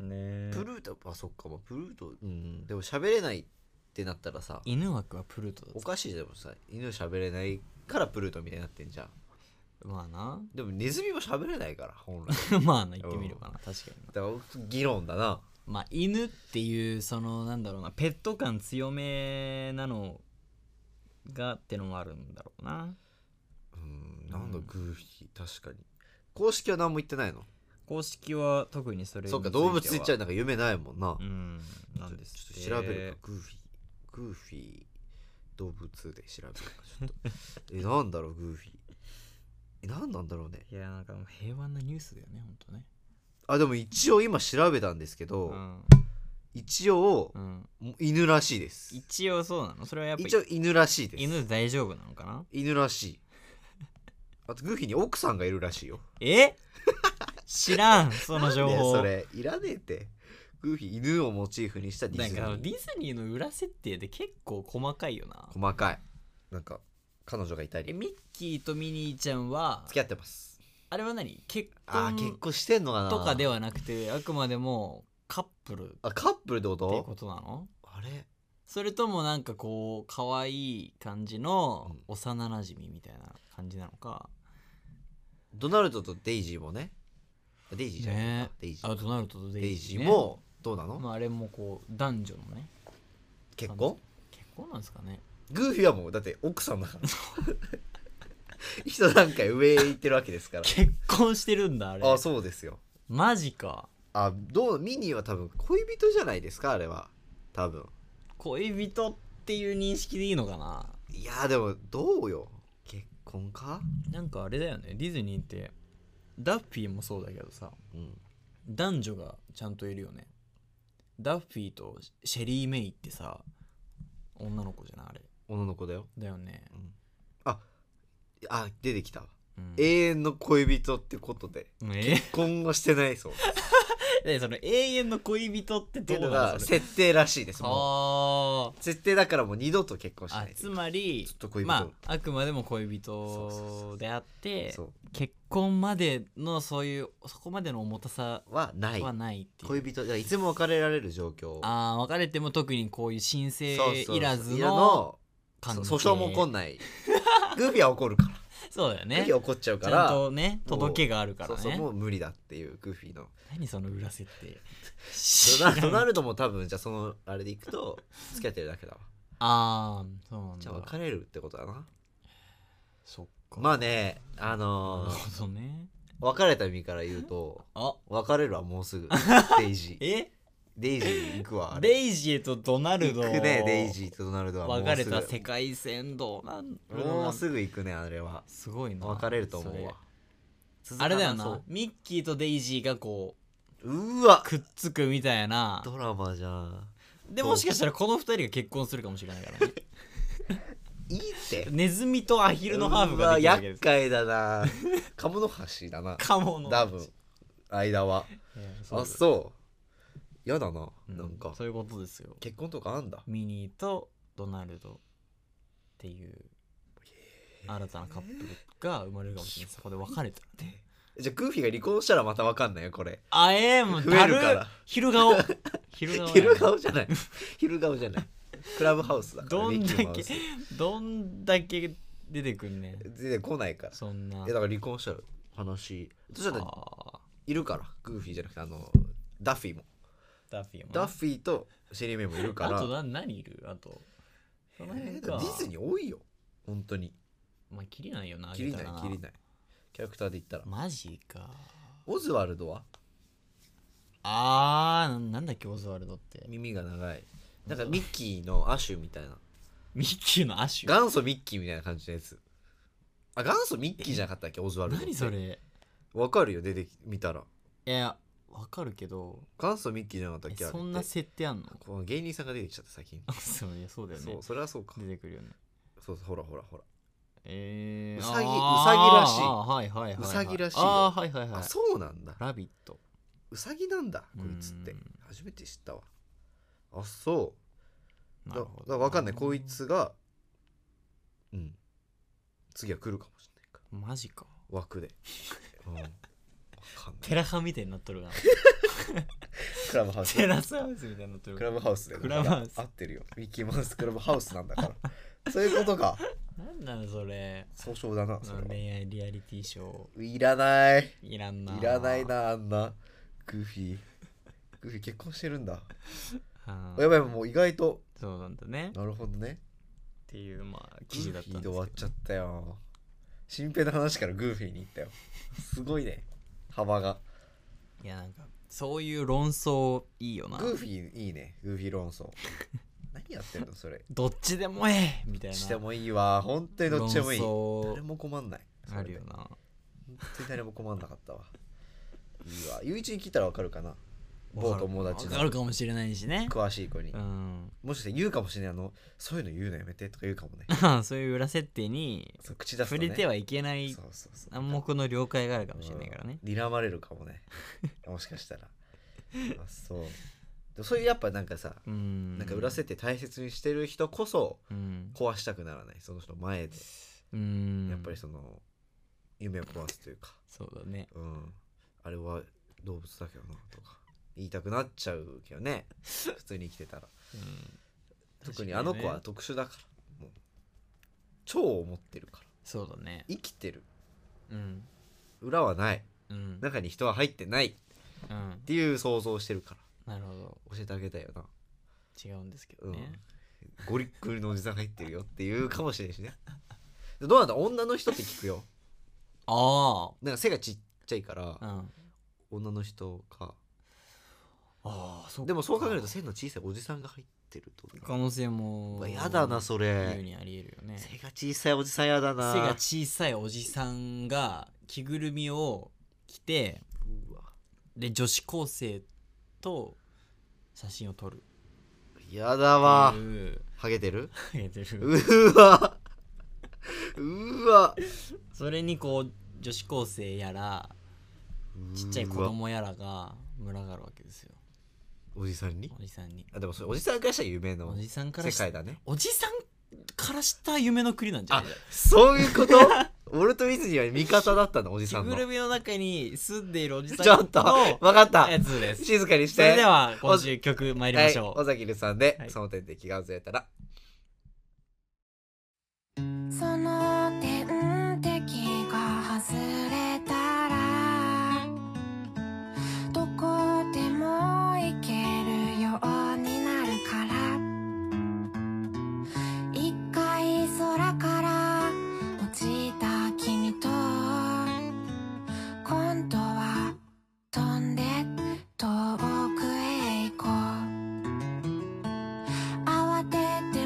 [SPEAKER 2] ね
[SPEAKER 1] プルートあそっかまあプルートうんでも喋れないってなったらさ
[SPEAKER 2] 犬枠はプルートだ
[SPEAKER 1] おかしいじゃんでもさ犬喋れないからプルートみたいになってんじゃん
[SPEAKER 2] まあな
[SPEAKER 1] でもネズミも喋れないから本来
[SPEAKER 2] まあな言ってみればな確かにな
[SPEAKER 1] だから議論だな
[SPEAKER 2] まあ犬っていうそのなんだろうなペット感強めなのがってのもあるんだろうな
[SPEAKER 1] うんなん
[SPEAKER 2] う
[SPEAKER 1] だ
[SPEAKER 2] ん
[SPEAKER 1] グーフィー確かに公式は何も言ってないの
[SPEAKER 2] 公式は特にそれ
[SPEAKER 1] そっか動物言っちゃ
[SPEAKER 2] う
[SPEAKER 1] なんか夢ないもんな、
[SPEAKER 2] うんなんですっ
[SPEAKER 1] ち
[SPEAKER 2] て
[SPEAKER 1] ょっと調べるかグーフィーグーフィー動物で調べるかちょ っとえなんだろうグーフィーえ何なんだろうね
[SPEAKER 2] いやなんかもう平和なニュースだよねほんとね
[SPEAKER 1] あでも一応今調べたんですけど、
[SPEAKER 2] ん、
[SPEAKER 1] 一応
[SPEAKER 2] う、ん、
[SPEAKER 1] 犬らしいです
[SPEAKER 2] 一応そうなのそれはやっぱり
[SPEAKER 1] 一応犬らしいです
[SPEAKER 2] 犬大丈夫なのか な
[SPEAKER 1] 犬らしいあとグーフィーに奥さんがいるらしいよ
[SPEAKER 2] え知らんその情
[SPEAKER 1] ね
[SPEAKER 2] 報
[SPEAKER 1] それいらねえってグーフィー犬をモチーフにしたデ
[SPEAKER 2] な
[SPEAKER 1] ィ
[SPEAKER 2] ん
[SPEAKER 1] ズニ
[SPEAKER 2] かあのデ
[SPEAKER 1] ー
[SPEAKER 2] ィズニーの裏設定で結構細かいよな
[SPEAKER 1] 細かいなんか彼女がいた
[SPEAKER 2] え
[SPEAKER 1] り
[SPEAKER 2] ミッキーとミニーちゃんは
[SPEAKER 1] 付き合ってます
[SPEAKER 2] あれは何結
[SPEAKER 1] あー結
[SPEAKER 2] 婚
[SPEAKER 1] 婚してんのかな
[SPEAKER 2] とかで
[SPEAKER 1] は
[SPEAKER 2] はなくてあくまでもカップルって
[SPEAKER 1] あカップルってこと
[SPEAKER 2] ことなの
[SPEAKER 1] あれ
[SPEAKER 2] それともなんかこう可愛い感じの
[SPEAKER 1] うん
[SPEAKER 2] 幼なじみみたいな感じなのか、
[SPEAKER 1] ドナルドとデイジーもねあデイジーじゃない、
[SPEAKER 2] ね
[SPEAKER 1] デイジ
[SPEAKER 2] あ
[SPEAKER 1] ー
[SPEAKER 2] ドナルドとデ
[SPEAKER 1] デ
[SPEAKER 2] イ
[SPEAKER 1] イ
[SPEAKER 2] ジ
[SPEAKER 1] ジ
[SPEAKER 2] ー,、
[SPEAKER 1] ー
[SPEAKER 2] ね、
[SPEAKER 1] もどうなの、
[SPEAKER 2] まあ、あれもこう男女のね
[SPEAKER 1] 結婚
[SPEAKER 2] 結婚なんですかね
[SPEAKER 1] グーフィーはもうだって奥さんだから 一段階上へ行ってるわけですから
[SPEAKER 2] 結婚してるんだあれ
[SPEAKER 1] あそうですよ
[SPEAKER 2] マジか
[SPEAKER 1] あどうミニーは多分恋人じゃないですかあれは多分
[SPEAKER 2] 恋人っていう認識でいいのかない
[SPEAKER 1] やでもどうよ結婚か
[SPEAKER 2] なんかあれだよねディズニーってダッフィーもそうだけどさ
[SPEAKER 1] うん
[SPEAKER 2] 男女がちゃんといるよねダッフィーとシェリー・メイってさ女の子じゃないあれ
[SPEAKER 1] 女の子だよ
[SPEAKER 2] だよね、
[SPEAKER 1] あ出てきたわ
[SPEAKER 2] うん、
[SPEAKER 1] 永遠の恋人ってことで
[SPEAKER 2] え
[SPEAKER 1] 婚はしてないそうです
[SPEAKER 2] でその永遠の恋人って
[SPEAKER 1] って
[SPEAKER 2] ど
[SPEAKER 1] いうの
[SPEAKER 2] うな
[SPEAKER 1] が
[SPEAKER 2] のそれ
[SPEAKER 1] 設定らしいですも
[SPEAKER 2] あ
[SPEAKER 1] う設定だからもう二度と結婚し
[SPEAKER 2] ーあ
[SPEAKER 1] ない
[SPEAKER 2] つまり
[SPEAKER 1] ずっと恋人
[SPEAKER 2] まああくまでも恋
[SPEAKER 1] そうそうそ
[SPEAKER 2] 人
[SPEAKER 1] う
[SPEAKER 2] であって
[SPEAKER 1] そ
[SPEAKER 2] 結婚までのそういうそこまでの重たさ
[SPEAKER 1] うはない
[SPEAKER 2] はないっていう、
[SPEAKER 1] 恋人だからいつも別れられる状況
[SPEAKER 2] ああ別れても特にこういう申請
[SPEAKER 1] そうそうそう
[SPEAKER 2] いらず
[SPEAKER 1] いら
[SPEAKER 2] の関係
[SPEAKER 1] そう訴訟も起こんない グーフィーは怒るから
[SPEAKER 2] そうだよ
[SPEAKER 1] グー
[SPEAKER 2] ね
[SPEAKER 1] フィーは怒っちゃう
[SPEAKER 2] ち
[SPEAKER 1] か
[SPEAKER 2] ゃん
[SPEAKER 1] ら
[SPEAKER 2] とね
[SPEAKER 1] もう
[SPEAKER 2] 届けがあるから
[SPEAKER 1] そ
[SPEAKER 2] ね
[SPEAKER 1] うそうもう無理だっていうグーフィーの
[SPEAKER 2] 何その裏設定
[SPEAKER 1] ドナ
[SPEAKER 2] 知ら
[SPEAKER 1] ド
[SPEAKER 2] ん
[SPEAKER 1] ナルドも多分じゃあそのあれでいくと付き合ってるだけだわ
[SPEAKER 2] ああそうなんだ
[SPEAKER 1] じゃあ別れるってことだな
[SPEAKER 2] そっか
[SPEAKER 1] まあねあ
[SPEAKER 2] なる
[SPEAKER 1] のー
[SPEAKER 2] ほどね
[SPEAKER 1] 別れた意味から言うと
[SPEAKER 2] あ
[SPEAKER 1] 別れるはもう すぐデイジー
[SPEAKER 2] え
[SPEAKER 1] デイジー行くわあれ
[SPEAKER 2] デイジーとドナルド
[SPEAKER 1] 行くねデイジーとドナルドはもう
[SPEAKER 2] 別
[SPEAKER 1] す
[SPEAKER 2] れ
[SPEAKER 1] ぐ
[SPEAKER 2] た世界線どうなん
[SPEAKER 1] もうす
[SPEAKER 2] ぐ
[SPEAKER 1] ぐ行くねあれは
[SPEAKER 2] すごいな
[SPEAKER 1] 別れると思うわ
[SPEAKER 2] そ
[SPEAKER 1] 続
[SPEAKER 2] れ
[SPEAKER 1] か
[SPEAKER 2] あれだよ
[SPEAKER 1] そ
[SPEAKER 2] な
[SPEAKER 1] う
[SPEAKER 2] ミッキーとデイジーがこ
[SPEAKER 1] うわ
[SPEAKER 2] うくっつくみたいな
[SPEAKER 1] ドラマじゃん
[SPEAKER 2] でもしかしたらこの二人が結婚するかもしれないからね
[SPEAKER 1] いいって
[SPEAKER 2] ネズミとアヒルのハーフ
[SPEAKER 1] う
[SPEAKER 2] が
[SPEAKER 1] わ
[SPEAKER 2] できるわけで
[SPEAKER 1] 厄
[SPEAKER 2] す
[SPEAKER 1] 介だな 鴨の橋だな
[SPEAKER 2] カモの
[SPEAKER 1] 多分間はい
[SPEAKER 2] やそう
[SPEAKER 1] あそうやだな、
[SPEAKER 2] う
[SPEAKER 1] なんか
[SPEAKER 2] そういうことですよ
[SPEAKER 1] 結婚とかあんだ
[SPEAKER 2] ミニーとドナルドっていう新たなカップルが生まれるかもしれないそこで別れたらね
[SPEAKER 1] じゃあグーフィーが離婚したらまたわかんないよこれ
[SPEAKER 2] あえー、もう
[SPEAKER 1] 増え
[SPEAKER 2] だ
[SPEAKER 1] る
[SPEAKER 2] る
[SPEAKER 1] から
[SPEAKER 2] 昼顔昼顔やな
[SPEAKER 1] 昼顔じゃない昼顔じゃないクラブハウスだから
[SPEAKER 2] どんだけ
[SPEAKER 1] ミッキーマウス
[SPEAKER 2] どんだけ出てくんねん
[SPEAKER 1] 全然来ないから
[SPEAKER 2] そんな
[SPEAKER 1] えだから離婚したら話そしたら
[SPEAKER 2] あ
[SPEAKER 1] いるからグーフィーじゃなくてあのダッフィーも
[SPEAKER 2] ーダッフィーも
[SPEAKER 1] ダッフィーとシェリーメイもいるから
[SPEAKER 2] あとな何いるあとその
[SPEAKER 1] え
[SPEAKER 2] 辺
[SPEAKER 1] ーだか
[SPEAKER 2] から
[SPEAKER 1] ディズニー多いよ本当に
[SPEAKER 2] まあ切りないよなあ
[SPEAKER 1] 切
[SPEAKER 2] げ
[SPEAKER 1] り
[SPEAKER 2] た
[SPEAKER 1] ない
[SPEAKER 2] ら
[SPEAKER 1] 切りないキャラクターで言ったら
[SPEAKER 2] マジか
[SPEAKER 1] オズワルドは
[SPEAKER 2] あーななんだっけオズワルドって
[SPEAKER 1] 耳が長いなんかミッキーのアシュみたいな
[SPEAKER 2] ミッキーの亜種
[SPEAKER 1] 元祖ミッキーみたいな感じのやつあ元祖ミッキーじゃなかったっけオズワルドって
[SPEAKER 2] 何それ
[SPEAKER 1] わかるよ出てき見たら
[SPEAKER 2] いやわかるけど
[SPEAKER 1] 元祖ミッキーじゃなかったっ
[SPEAKER 2] え
[SPEAKER 1] けあれって
[SPEAKER 2] そんな設定あんの
[SPEAKER 1] この芸人さんが出てきちゃった先に
[SPEAKER 2] そういやそうだよ
[SPEAKER 1] そ
[SPEAKER 2] ね
[SPEAKER 1] うそれはそうか
[SPEAKER 2] 出てくるよね
[SPEAKER 1] そうそうほらほらほら
[SPEAKER 2] え
[SPEAKER 1] う
[SPEAKER 2] ー、
[SPEAKER 1] さぎ
[SPEAKER 2] あー
[SPEAKER 1] うさぎらしい
[SPEAKER 2] あーはいはいはい、は
[SPEAKER 1] うさぎらしいよ
[SPEAKER 2] あーはいはいは
[SPEAKER 1] あ
[SPEAKER 2] い
[SPEAKER 1] そうなんだ
[SPEAKER 2] ラビット
[SPEAKER 1] うさぎなんだこいつって
[SPEAKER 2] うん
[SPEAKER 1] 初めて知ったわあそう
[SPEAKER 2] な
[SPEAKER 1] だだ
[SPEAKER 2] るほ
[SPEAKER 1] か
[SPEAKER 2] ど
[SPEAKER 1] ら分かんないこいつがうん次は来るかもしれないか
[SPEAKER 2] マジか
[SPEAKER 1] 枠で、うん、分かんない
[SPEAKER 2] テラハみたいになっとるな
[SPEAKER 1] クラブハウス
[SPEAKER 2] テラスハウスみたいになっとる
[SPEAKER 1] クラブハウスで
[SPEAKER 2] クラブハウス
[SPEAKER 1] 合ってるよミッキーマウスクラブハウスなんだから そういうことか
[SPEAKER 2] なんなのそれ
[SPEAKER 1] 総称だなそれは
[SPEAKER 2] 恋愛リアリティショー
[SPEAKER 1] いらないい
[SPEAKER 2] いらんな
[SPEAKER 1] らないなあんなグーフィーグーフィー結婚してるんだ
[SPEAKER 2] あー
[SPEAKER 1] やばいもう意外と
[SPEAKER 2] そうなんだねっ
[SPEAKER 1] なるほどね
[SPEAKER 2] ていうまあ
[SPEAKER 1] グ
[SPEAKER 2] 記事
[SPEAKER 1] ー
[SPEAKER 2] だっ
[SPEAKER 1] フィ
[SPEAKER 2] たんで
[SPEAKER 1] ーで
[SPEAKER 2] すけど
[SPEAKER 1] 終わっちゃったよ新平の話からグーフィーに行ったよすごいね幅が
[SPEAKER 2] いやなんかそういう論争いいよな
[SPEAKER 1] グーフィーいいねグーフィー論 争何やってんのそれ
[SPEAKER 2] どっちでもええみたいな
[SPEAKER 1] してもいいわ本当にどっちでもいい
[SPEAKER 2] 論
[SPEAKER 1] 誰
[SPEAKER 2] 争
[SPEAKER 1] も困んない
[SPEAKER 2] あるよ
[SPEAKER 1] な
[SPEAKER 2] な
[SPEAKER 1] 本当に誰も困んなかったわいいわゆういちに聞いたらわかるかな某友達
[SPEAKER 2] あ
[SPEAKER 1] の
[SPEAKER 2] るかもしれないしね
[SPEAKER 1] 詳しい子に、
[SPEAKER 2] うん
[SPEAKER 1] もしかして言うかもしれないあのそういうの言うのやめてとか言うかもね
[SPEAKER 2] そういう裏設定に
[SPEAKER 1] そう口出すと、
[SPEAKER 2] 触
[SPEAKER 1] ね、
[SPEAKER 2] れてはいけない
[SPEAKER 1] そうそうそう
[SPEAKER 2] 暗黙の了解があるかもしれないからね
[SPEAKER 1] うん睨まれるかも ねもしかしたらあそうでもそういうやっぱなんかさ、
[SPEAKER 2] うん
[SPEAKER 1] なんか裏設定大切にしてる人こそ
[SPEAKER 2] うん
[SPEAKER 1] 壊したくならないその人の前で、
[SPEAKER 2] うん
[SPEAKER 1] やっぱりその夢を壊すというか
[SPEAKER 2] そうだね
[SPEAKER 1] うんあれは動物だけどなとか言いたくなっちゃうけどね普通に生きてた ら
[SPEAKER 2] うん
[SPEAKER 1] 特にあの子は
[SPEAKER 2] 確かにね
[SPEAKER 1] 特殊だからもう超思ってるから
[SPEAKER 2] そうだね
[SPEAKER 1] 生きてる
[SPEAKER 2] うん
[SPEAKER 1] 裏はない
[SPEAKER 2] うん
[SPEAKER 1] 中に人は入ってないっ
[SPEAKER 2] うん
[SPEAKER 1] ていう想像をしてるから
[SPEAKER 2] なるほど
[SPEAKER 1] 教えてあげたいよな
[SPEAKER 2] 違うんですけど
[SPEAKER 1] うん、
[SPEAKER 2] ね
[SPEAKER 1] ゴリックリのおじさん入ってるよっていうかもしれんしねでどうなんだ女の人って聞くよ
[SPEAKER 2] あ
[SPEAKER 1] なんか背がちっちゃいから
[SPEAKER 2] あうん
[SPEAKER 1] 女の人か
[SPEAKER 2] ああそう
[SPEAKER 1] でもそう考えると背の小さいおじさんが入ってると
[SPEAKER 2] 可能性も
[SPEAKER 1] うわやだなそれ
[SPEAKER 2] 有にありえるよね
[SPEAKER 1] 背が小さいおじさんやだな
[SPEAKER 2] 背が小さいおじさんが着ぐるみを着て
[SPEAKER 1] うわ
[SPEAKER 2] で女子高生と写真を撮る
[SPEAKER 1] やだわ
[SPEAKER 2] っていう
[SPEAKER 1] ハゲてる
[SPEAKER 2] ハゲてる
[SPEAKER 1] うわうわ
[SPEAKER 2] それにこう女子高生やらちっちゃい子
[SPEAKER 1] うわ
[SPEAKER 2] 供やらが群がるわけですよ
[SPEAKER 1] おじさんに
[SPEAKER 2] おじさんに
[SPEAKER 1] あでもそれおじさんからしたら夢
[SPEAKER 2] お
[SPEAKER 1] の
[SPEAKER 2] じさんから
[SPEAKER 1] 世
[SPEAKER 2] し
[SPEAKER 1] 界だね
[SPEAKER 2] おじさんからした夢の国なんじゃない
[SPEAKER 1] そういうこと ウォルト・ディズニーは味方だったのおじ
[SPEAKER 2] 着
[SPEAKER 1] さん
[SPEAKER 2] ぐ
[SPEAKER 1] の
[SPEAKER 2] るみの中に住んでいるおじさん
[SPEAKER 1] ちょっと
[SPEAKER 2] の
[SPEAKER 1] 分かった
[SPEAKER 2] やつです
[SPEAKER 1] 静かにし
[SPEAKER 2] そ
[SPEAKER 1] て
[SPEAKER 2] れでは今週曲参りましょう、
[SPEAKER 1] はい、尾崎るさんで、
[SPEAKER 2] はい
[SPEAKER 1] その点で気がずれたら
[SPEAKER 3] その点滴が外れたらどこでも行けるようになるから一回空から落ちた君と今度は飛んで遠くへ行こう慌てて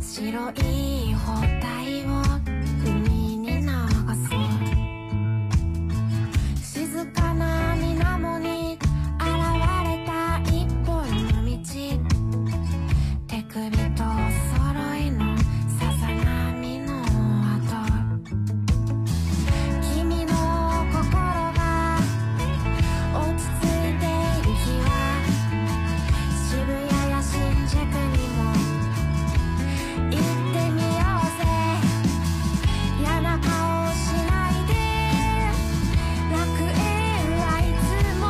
[SPEAKER 3] 白い包帯を海に流す静かな水面に現れた一本の道手首とお揃いのさざ波の跡君の心が落ち着いている日は渋谷や新宿にも行ってみようぜ嫌な顔しないで楽園はいつも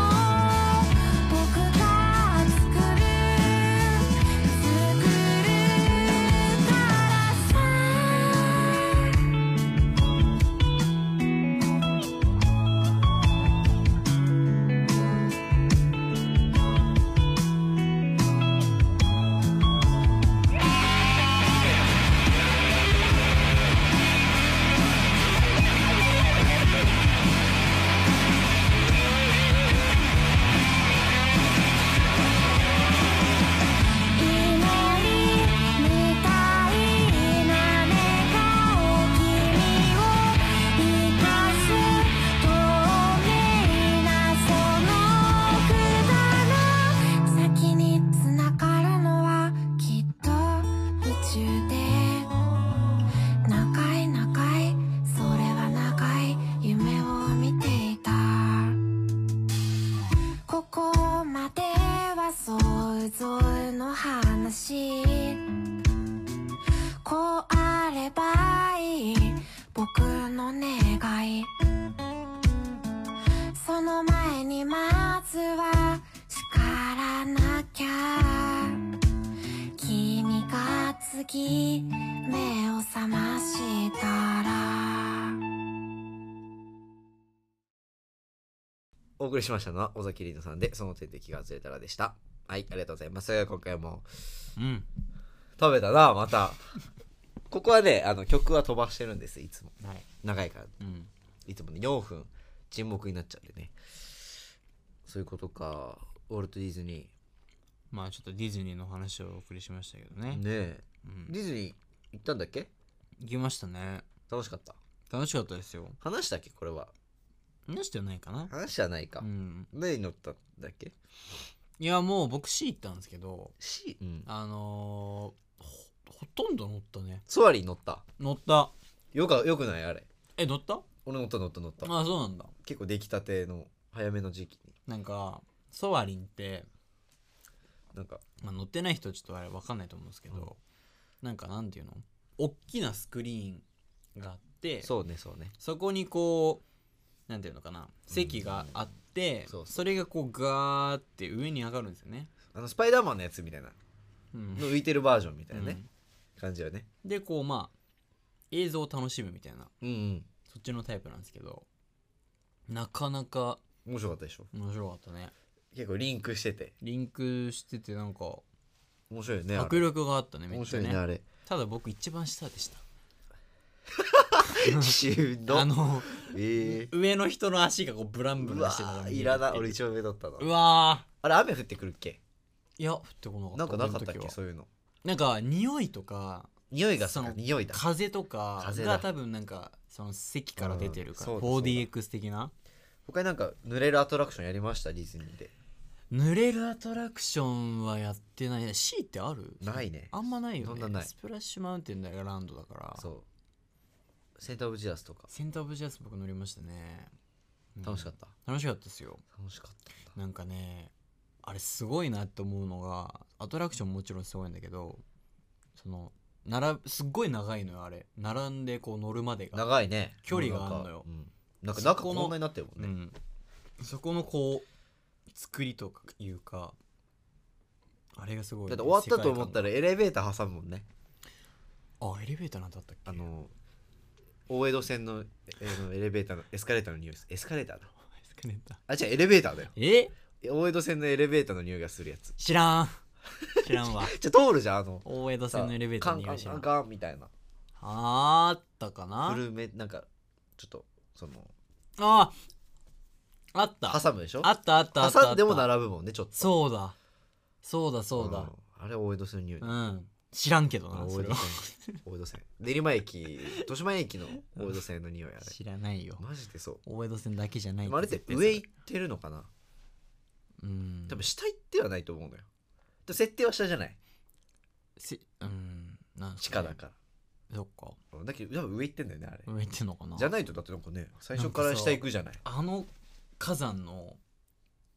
[SPEAKER 3] 僕が作る作るからさ祈りみたいな願いを君に捧げる生かす透明なその管の先に繋がるのはきっと宇宙で長い長いそれは長い夢を見ていたここまでは想像の話こうあればいい僕の願いその前にまずは叱らなきゃ君が次目を覚ましたら
[SPEAKER 1] お送りしましたのは尾崎里乃さんでその点で気が外れたらでしたはいありがとうございます今回も
[SPEAKER 2] うん
[SPEAKER 1] 食べたなまた ここはねあの曲は飛ばしてるんですいつも
[SPEAKER 2] はい
[SPEAKER 1] 長いから
[SPEAKER 2] うん
[SPEAKER 1] いつもね4分沈黙になっちゃうんでねそういうことかウォルト・ディズニ
[SPEAKER 2] まあちょっとディズニーの話をお送りしましたけどね
[SPEAKER 1] ーねえ
[SPEAKER 2] うん
[SPEAKER 1] ディズニー行ったんだっけ
[SPEAKER 2] 行きましたね
[SPEAKER 1] 楽しかった
[SPEAKER 2] 楽しかったですよ
[SPEAKER 1] 話したっけこれは
[SPEAKER 2] 話してはないかな
[SPEAKER 1] 話じゃないか、
[SPEAKER 2] うん
[SPEAKER 1] 何に乗ったんだっけ
[SPEAKER 2] いやもう僕 C 行ったんですけど
[SPEAKER 1] C、うん、
[SPEAKER 2] あのーほほとんど乗ったね
[SPEAKER 1] ソアリン乗った
[SPEAKER 2] 乗った
[SPEAKER 1] よかよくないあれ
[SPEAKER 2] え乗った
[SPEAKER 1] 俺乗った乗った乗った
[SPEAKER 2] あそうなんだ
[SPEAKER 1] 結構出来たての早めの時期に
[SPEAKER 2] なんかソアリンって、
[SPEAKER 1] なんか
[SPEAKER 2] まあ、乗ってない人はちょっとあれ分かんないと思うんですけど、なんかなんていうの大きなスクリーンがあって
[SPEAKER 1] そうねそうね
[SPEAKER 2] そこにこうなんていうのかな席があって、
[SPEAKER 1] そうそう
[SPEAKER 2] それがこうガーって上に上がるんですよね、
[SPEAKER 1] あのスパイダーマンのやつみたいな
[SPEAKER 2] うん
[SPEAKER 1] の浮いてるバージョンみたいなね、感じよね
[SPEAKER 2] でこうまあ映像を楽しむみたいな
[SPEAKER 1] うんうん
[SPEAKER 2] そっちのタイプなんですけどなかなか
[SPEAKER 1] 面白かったでしょ
[SPEAKER 2] 面白かったね
[SPEAKER 1] 結構リンクしてて
[SPEAKER 2] リンクしててなんか
[SPEAKER 1] 面白いよねあ
[SPEAKER 2] 迫
[SPEAKER 1] れ
[SPEAKER 2] 力があったねめっ
[SPEAKER 1] 面
[SPEAKER 2] ち
[SPEAKER 1] 白
[SPEAKER 2] ゃ
[SPEAKER 1] いねあ
[SPEAKER 2] ね
[SPEAKER 1] れ
[SPEAKER 2] ただ僕一番下でした
[SPEAKER 1] しんど
[SPEAKER 2] あの
[SPEAKER 1] ええ
[SPEAKER 2] 上の人の足がこうブランブ
[SPEAKER 1] う
[SPEAKER 2] ラ
[SPEAKER 1] わ
[SPEAKER 2] ンしてるのが見えるって
[SPEAKER 1] いらな俺一番上だったな
[SPEAKER 2] うわ
[SPEAKER 1] あれ雨降ってくるっけ
[SPEAKER 2] ーいや降ってこなかった
[SPEAKER 1] なんかなかったっ
[SPEAKER 2] 俺の時
[SPEAKER 1] け
[SPEAKER 2] は
[SPEAKER 1] そういうの
[SPEAKER 2] なんか匂いとか
[SPEAKER 1] 匂いが
[SPEAKER 2] そ
[SPEAKER 1] そ
[SPEAKER 2] の
[SPEAKER 1] の匂いだ
[SPEAKER 2] 風とか
[SPEAKER 1] 風
[SPEAKER 2] が
[SPEAKER 1] だ
[SPEAKER 2] 多分なんかその席から出てるから、
[SPEAKER 1] うんそうだ
[SPEAKER 2] 4DX 的な
[SPEAKER 1] 他になんか濡れるアトラクションやりましたディズニーで
[SPEAKER 2] 濡れるアトラクションはやってないね C ってある
[SPEAKER 1] ないね
[SPEAKER 2] あんまないよ
[SPEAKER 1] そ
[SPEAKER 2] ね
[SPEAKER 1] んなない
[SPEAKER 2] スプラッシュマウンテンだからランドだから
[SPEAKER 1] そうセンターオブジアスとか
[SPEAKER 2] センターオブジャス僕乗りましたね、
[SPEAKER 1] 楽しかったた、
[SPEAKER 2] 楽しかったですよ
[SPEAKER 1] 楽しかったんだ
[SPEAKER 2] なんかねあれすごいなって思うのがアトラクションもちろんすごいんだけどそのならすっごい長いのよあれ並んでこう乗るまでが、
[SPEAKER 1] 長いね
[SPEAKER 2] 距離があんのよ
[SPEAKER 1] もうなんか,、うん、なんか中
[SPEAKER 2] そこの
[SPEAKER 1] こんなになってるもん
[SPEAKER 2] う
[SPEAKER 1] ね、
[SPEAKER 2] ん、そこのこう作りとかいうかあれがすごい
[SPEAKER 1] だっ
[SPEAKER 2] ね、
[SPEAKER 1] て終わったと思った
[SPEAKER 2] ら
[SPEAKER 1] らエレベーター挟むもんね
[SPEAKER 2] あエレベーターなんてあったっけ
[SPEAKER 1] あの大江戸線のえーのエレベーターのエスカレーターの匂いですエスカレーターだ
[SPEAKER 2] エスカレーター
[SPEAKER 1] あ違うエレベーターだよ
[SPEAKER 2] え
[SPEAKER 1] 大江戸線のエレベーターの匂いがするやつ
[SPEAKER 2] 知ら ん知らんわ
[SPEAKER 1] じゃあ通るじゃんあの
[SPEAKER 2] 大江戸
[SPEAKER 1] さ
[SPEAKER 2] 線のエレベーターにいらっしゃ
[SPEAKER 1] カンカンカ
[SPEAKER 2] る
[SPEAKER 1] ンカンみたいな
[SPEAKER 2] あったかな
[SPEAKER 1] 古めなんかちょっとその
[SPEAKER 2] ああった
[SPEAKER 1] 挟むでしょ
[SPEAKER 2] あったあったあったあった
[SPEAKER 1] 挟んでも並ぶもんねちょっと
[SPEAKER 2] そうだそうだそうだ
[SPEAKER 1] んあれ大江戸線の匂い、
[SPEAKER 2] うん知らんけど
[SPEAKER 1] あ
[SPEAKER 2] な
[SPEAKER 1] の
[SPEAKER 2] そ
[SPEAKER 1] 大江
[SPEAKER 2] れ
[SPEAKER 1] 戸
[SPEAKER 2] は
[SPEAKER 1] 線大江戸線練馬駅豊島駅の大江戸線の匂いあれ
[SPEAKER 2] 知らないよ
[SPEAKER 1] マジでそう
[SPEAKER 2] 大江戸線だけじゃな
[SPEAKER 1] で
[SPEAKER 2] いて
[SPEAKER 1] もあれって
[SPEAKER 2] 絶対そ
[SPEAKER 1] 上行ってるのかな
[SPEAKER 2] うん
[SPEAKER 1] 多分下行ってはないと思うのよで設定は下じゃない
[SPEAKER 2] せうんなん
[SPEAKER 1] 地下だか
[SPEAKER 2] そっから
[SPEAKER 1] だけど多分上行ってんだよねあれ
[SPEAKER 2] 上行ってんのかな
[SPEAKER 1] じゃないとだってなんかね最初から下行くじゃない
[SPEAKER 2] あの火山の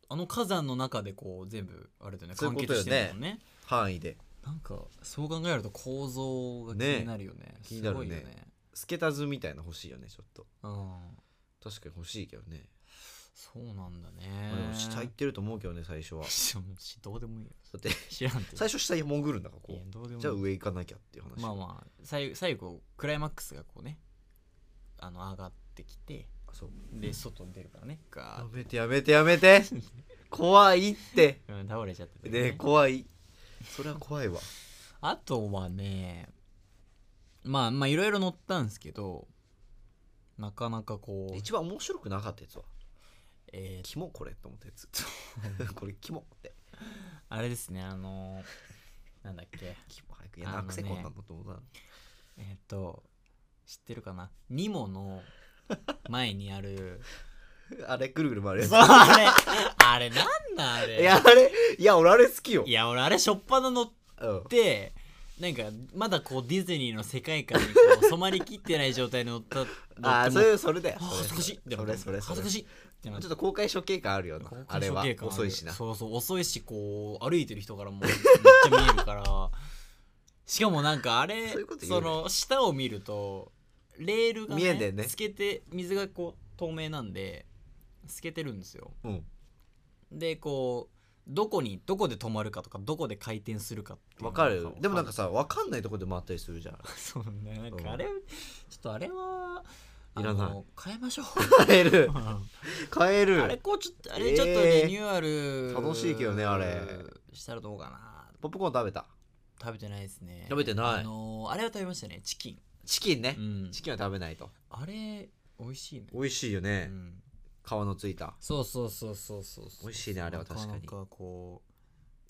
[SPEAKER 2] あの火山の中でこう全部あれだよね
[SPEAKER 1] そういう
[SPEAKER 2] 完
[SPEAKER 1] こと
[SPEAKER 2] 結
[SPEAKER 1] よね
[SPEAKER 2] してるもんね
[SPEAKER 1] 範囲で
[SPEAKER 2] なんかそう考えると構造が気になるよね
[SPEAKER 1] 気になるね
[SPEAKER 2] すごいよ
[SPEAKER 1] スケタズみたいなの欲しいよねちょっと
[SPEAKER 2] うん
[SPEAKER 1] 確かに欲しいけどね、
[SPEAKER 2] そうなんだね
[SPEAKER 1] まあでも下行ってると思うけどね最初はだ
[SPEAKER 2] しどうでもいいよ
[SPEAKER 1] って
[SPEAKER 2] 知らんて
[SPEAKER 1] 最初下に潜るんだから
[SPEAKER 2] い
[SPEAKER 1] こ
[SPEAKER 2] やどう
[SPEAKER 1] う
[SPEAKER 2] でもいい
[SPEAKER 1] じゃあ上行かなきゃっていう話
[SPEAKER 2] まあまあ最後最後クライマックスがこうねあの上がってきて
[SPEAKER 1] あそう
[SPEAKER 2] で外に出るからねガー
[SPEAKER 1] や
[SPEAKER 2] ッ
[SPEAKER 1] めてやめてやめて怖い って
[SPEAKER 2] うん倒れちゃっててね
[SPEAKER 1] で怖いそれは怖いわ
[SPEAKER 2] あとはねまあまあいろいろ乗ったんですけどなかなかこう
[SPEAKER 1] 一番面白くなかったやつは
[SPEAKER 2] えー
[SPEAKER 1] キモこれと思ったやつ これキモって
[SPEAKER 2] あれですねあのなんだっけ
[SPEAKER 1] キモ早くやなくせ
[SPEAKER 2] あの
[SPEAKER 1] こ
[SPEAKER 2] ね
[SPEAKER 1] んなのと思うな
[SPEAKER 2] えーっと知ってるかなニモの前に ある
[SPEAKER 1] あれくるくる回るやつ
[SPEAKER 2] そうあれあれなんだあれ
[SPEAKER 1] いやあれいや俺あれ好きよ
[SPEAKER 2] いや俺あれしょっぱな乗っ
[SPEAKER 1] うん
[SPEAKER 2] てなんかまだこうディズニーの世界観にこう染まりきってない状態に乗った乗っても
[SPEAKER 1] ああそういうそれだよ
[SPEAKER 2] あ恥ずかしいって
[SPEAKER 1] そ
[SPEAKER 2] なっ
[SPEAKER 1] れ
[SPEAKER 2] て
[SPEAKER 1] それそれ
[SPEAKER 2] 恥ずかしいって
[SPEAKER 1] ち
[SPEAKER 2] な
[SPEAKER 1] ょ
[SPEAKER 2] っ
[SPEAKER 1] ってと公開処刑感あるよなあれは
[SPEAKER 2] 交換所経過る
[SPEAKER 1] 遅いしな
[SPEAKER 2] そうそう遅いしこう歩いてる人からもめっちゃ見えるから しかもなんかあれ
[SPEAKER 1] そういうこと言う
[SPEAKER 2] そ
[SPEAKER 1] よ
[SPEAKER 2] の下を見るとレールが、
[SPEAKER 1] 見えんだよね
[SPEAKER 2] 透けて水がこう透明なんで透けてるんですよ
[SPEAKER 1] うん
[SPEAKER 2] でこうどこにどこで止まるかとかどこで回転するかっていうの
[SPEAKER 1] わ
[SPEAKER 2] が
[SPEAKER 1] かるでもなん
[SPEAKER 2] わ
[SPEAKER 1] かさわかんないとこで回ったりするじゃん
[SPEAKER 2] そうねなんかあれちょっとあれはあ
[SPEAKER 1] いらない
[SPEAKER 2] の変えま しょう
[SPEAKER 1] 変える変え
[SPEAKER 2] あれ
[SPEAKER 1] る
[SPEAKER 2] こうちょっとあれちょっと
[SPEAKER 1] えー
[SPEAKER 2] リニューアル、
[SPEAKER 1] 楽しいけどねあれ
[SPEAKER 2] したらどうかな
[SPEAKER 1] ポップコーン食べた
[SPEAKER 2] 食べてないですね
[SPEAKER 1] 食べてない
[SPEAKER 2] あのーあれは食べましたねチキン、
[SPEAKER 1] チキンね
[SPEAKER 2] うん
[SPEAKER 1] チキンは食べないと
[SPEAKER 2] あれ美味しいね
[SPEAKER 1] 美味しいよ
[SPEAKER 2] う
[SPEAKER 1] ね
[SPEAKER 2] ん、
[SPEAKER 1] 皮のついた
[SPEAKER 2] そうそうそうそうそうそう
[SPEAKER 1] 美味しいねあれは確かに
[SPEAKER 2] なかなかこ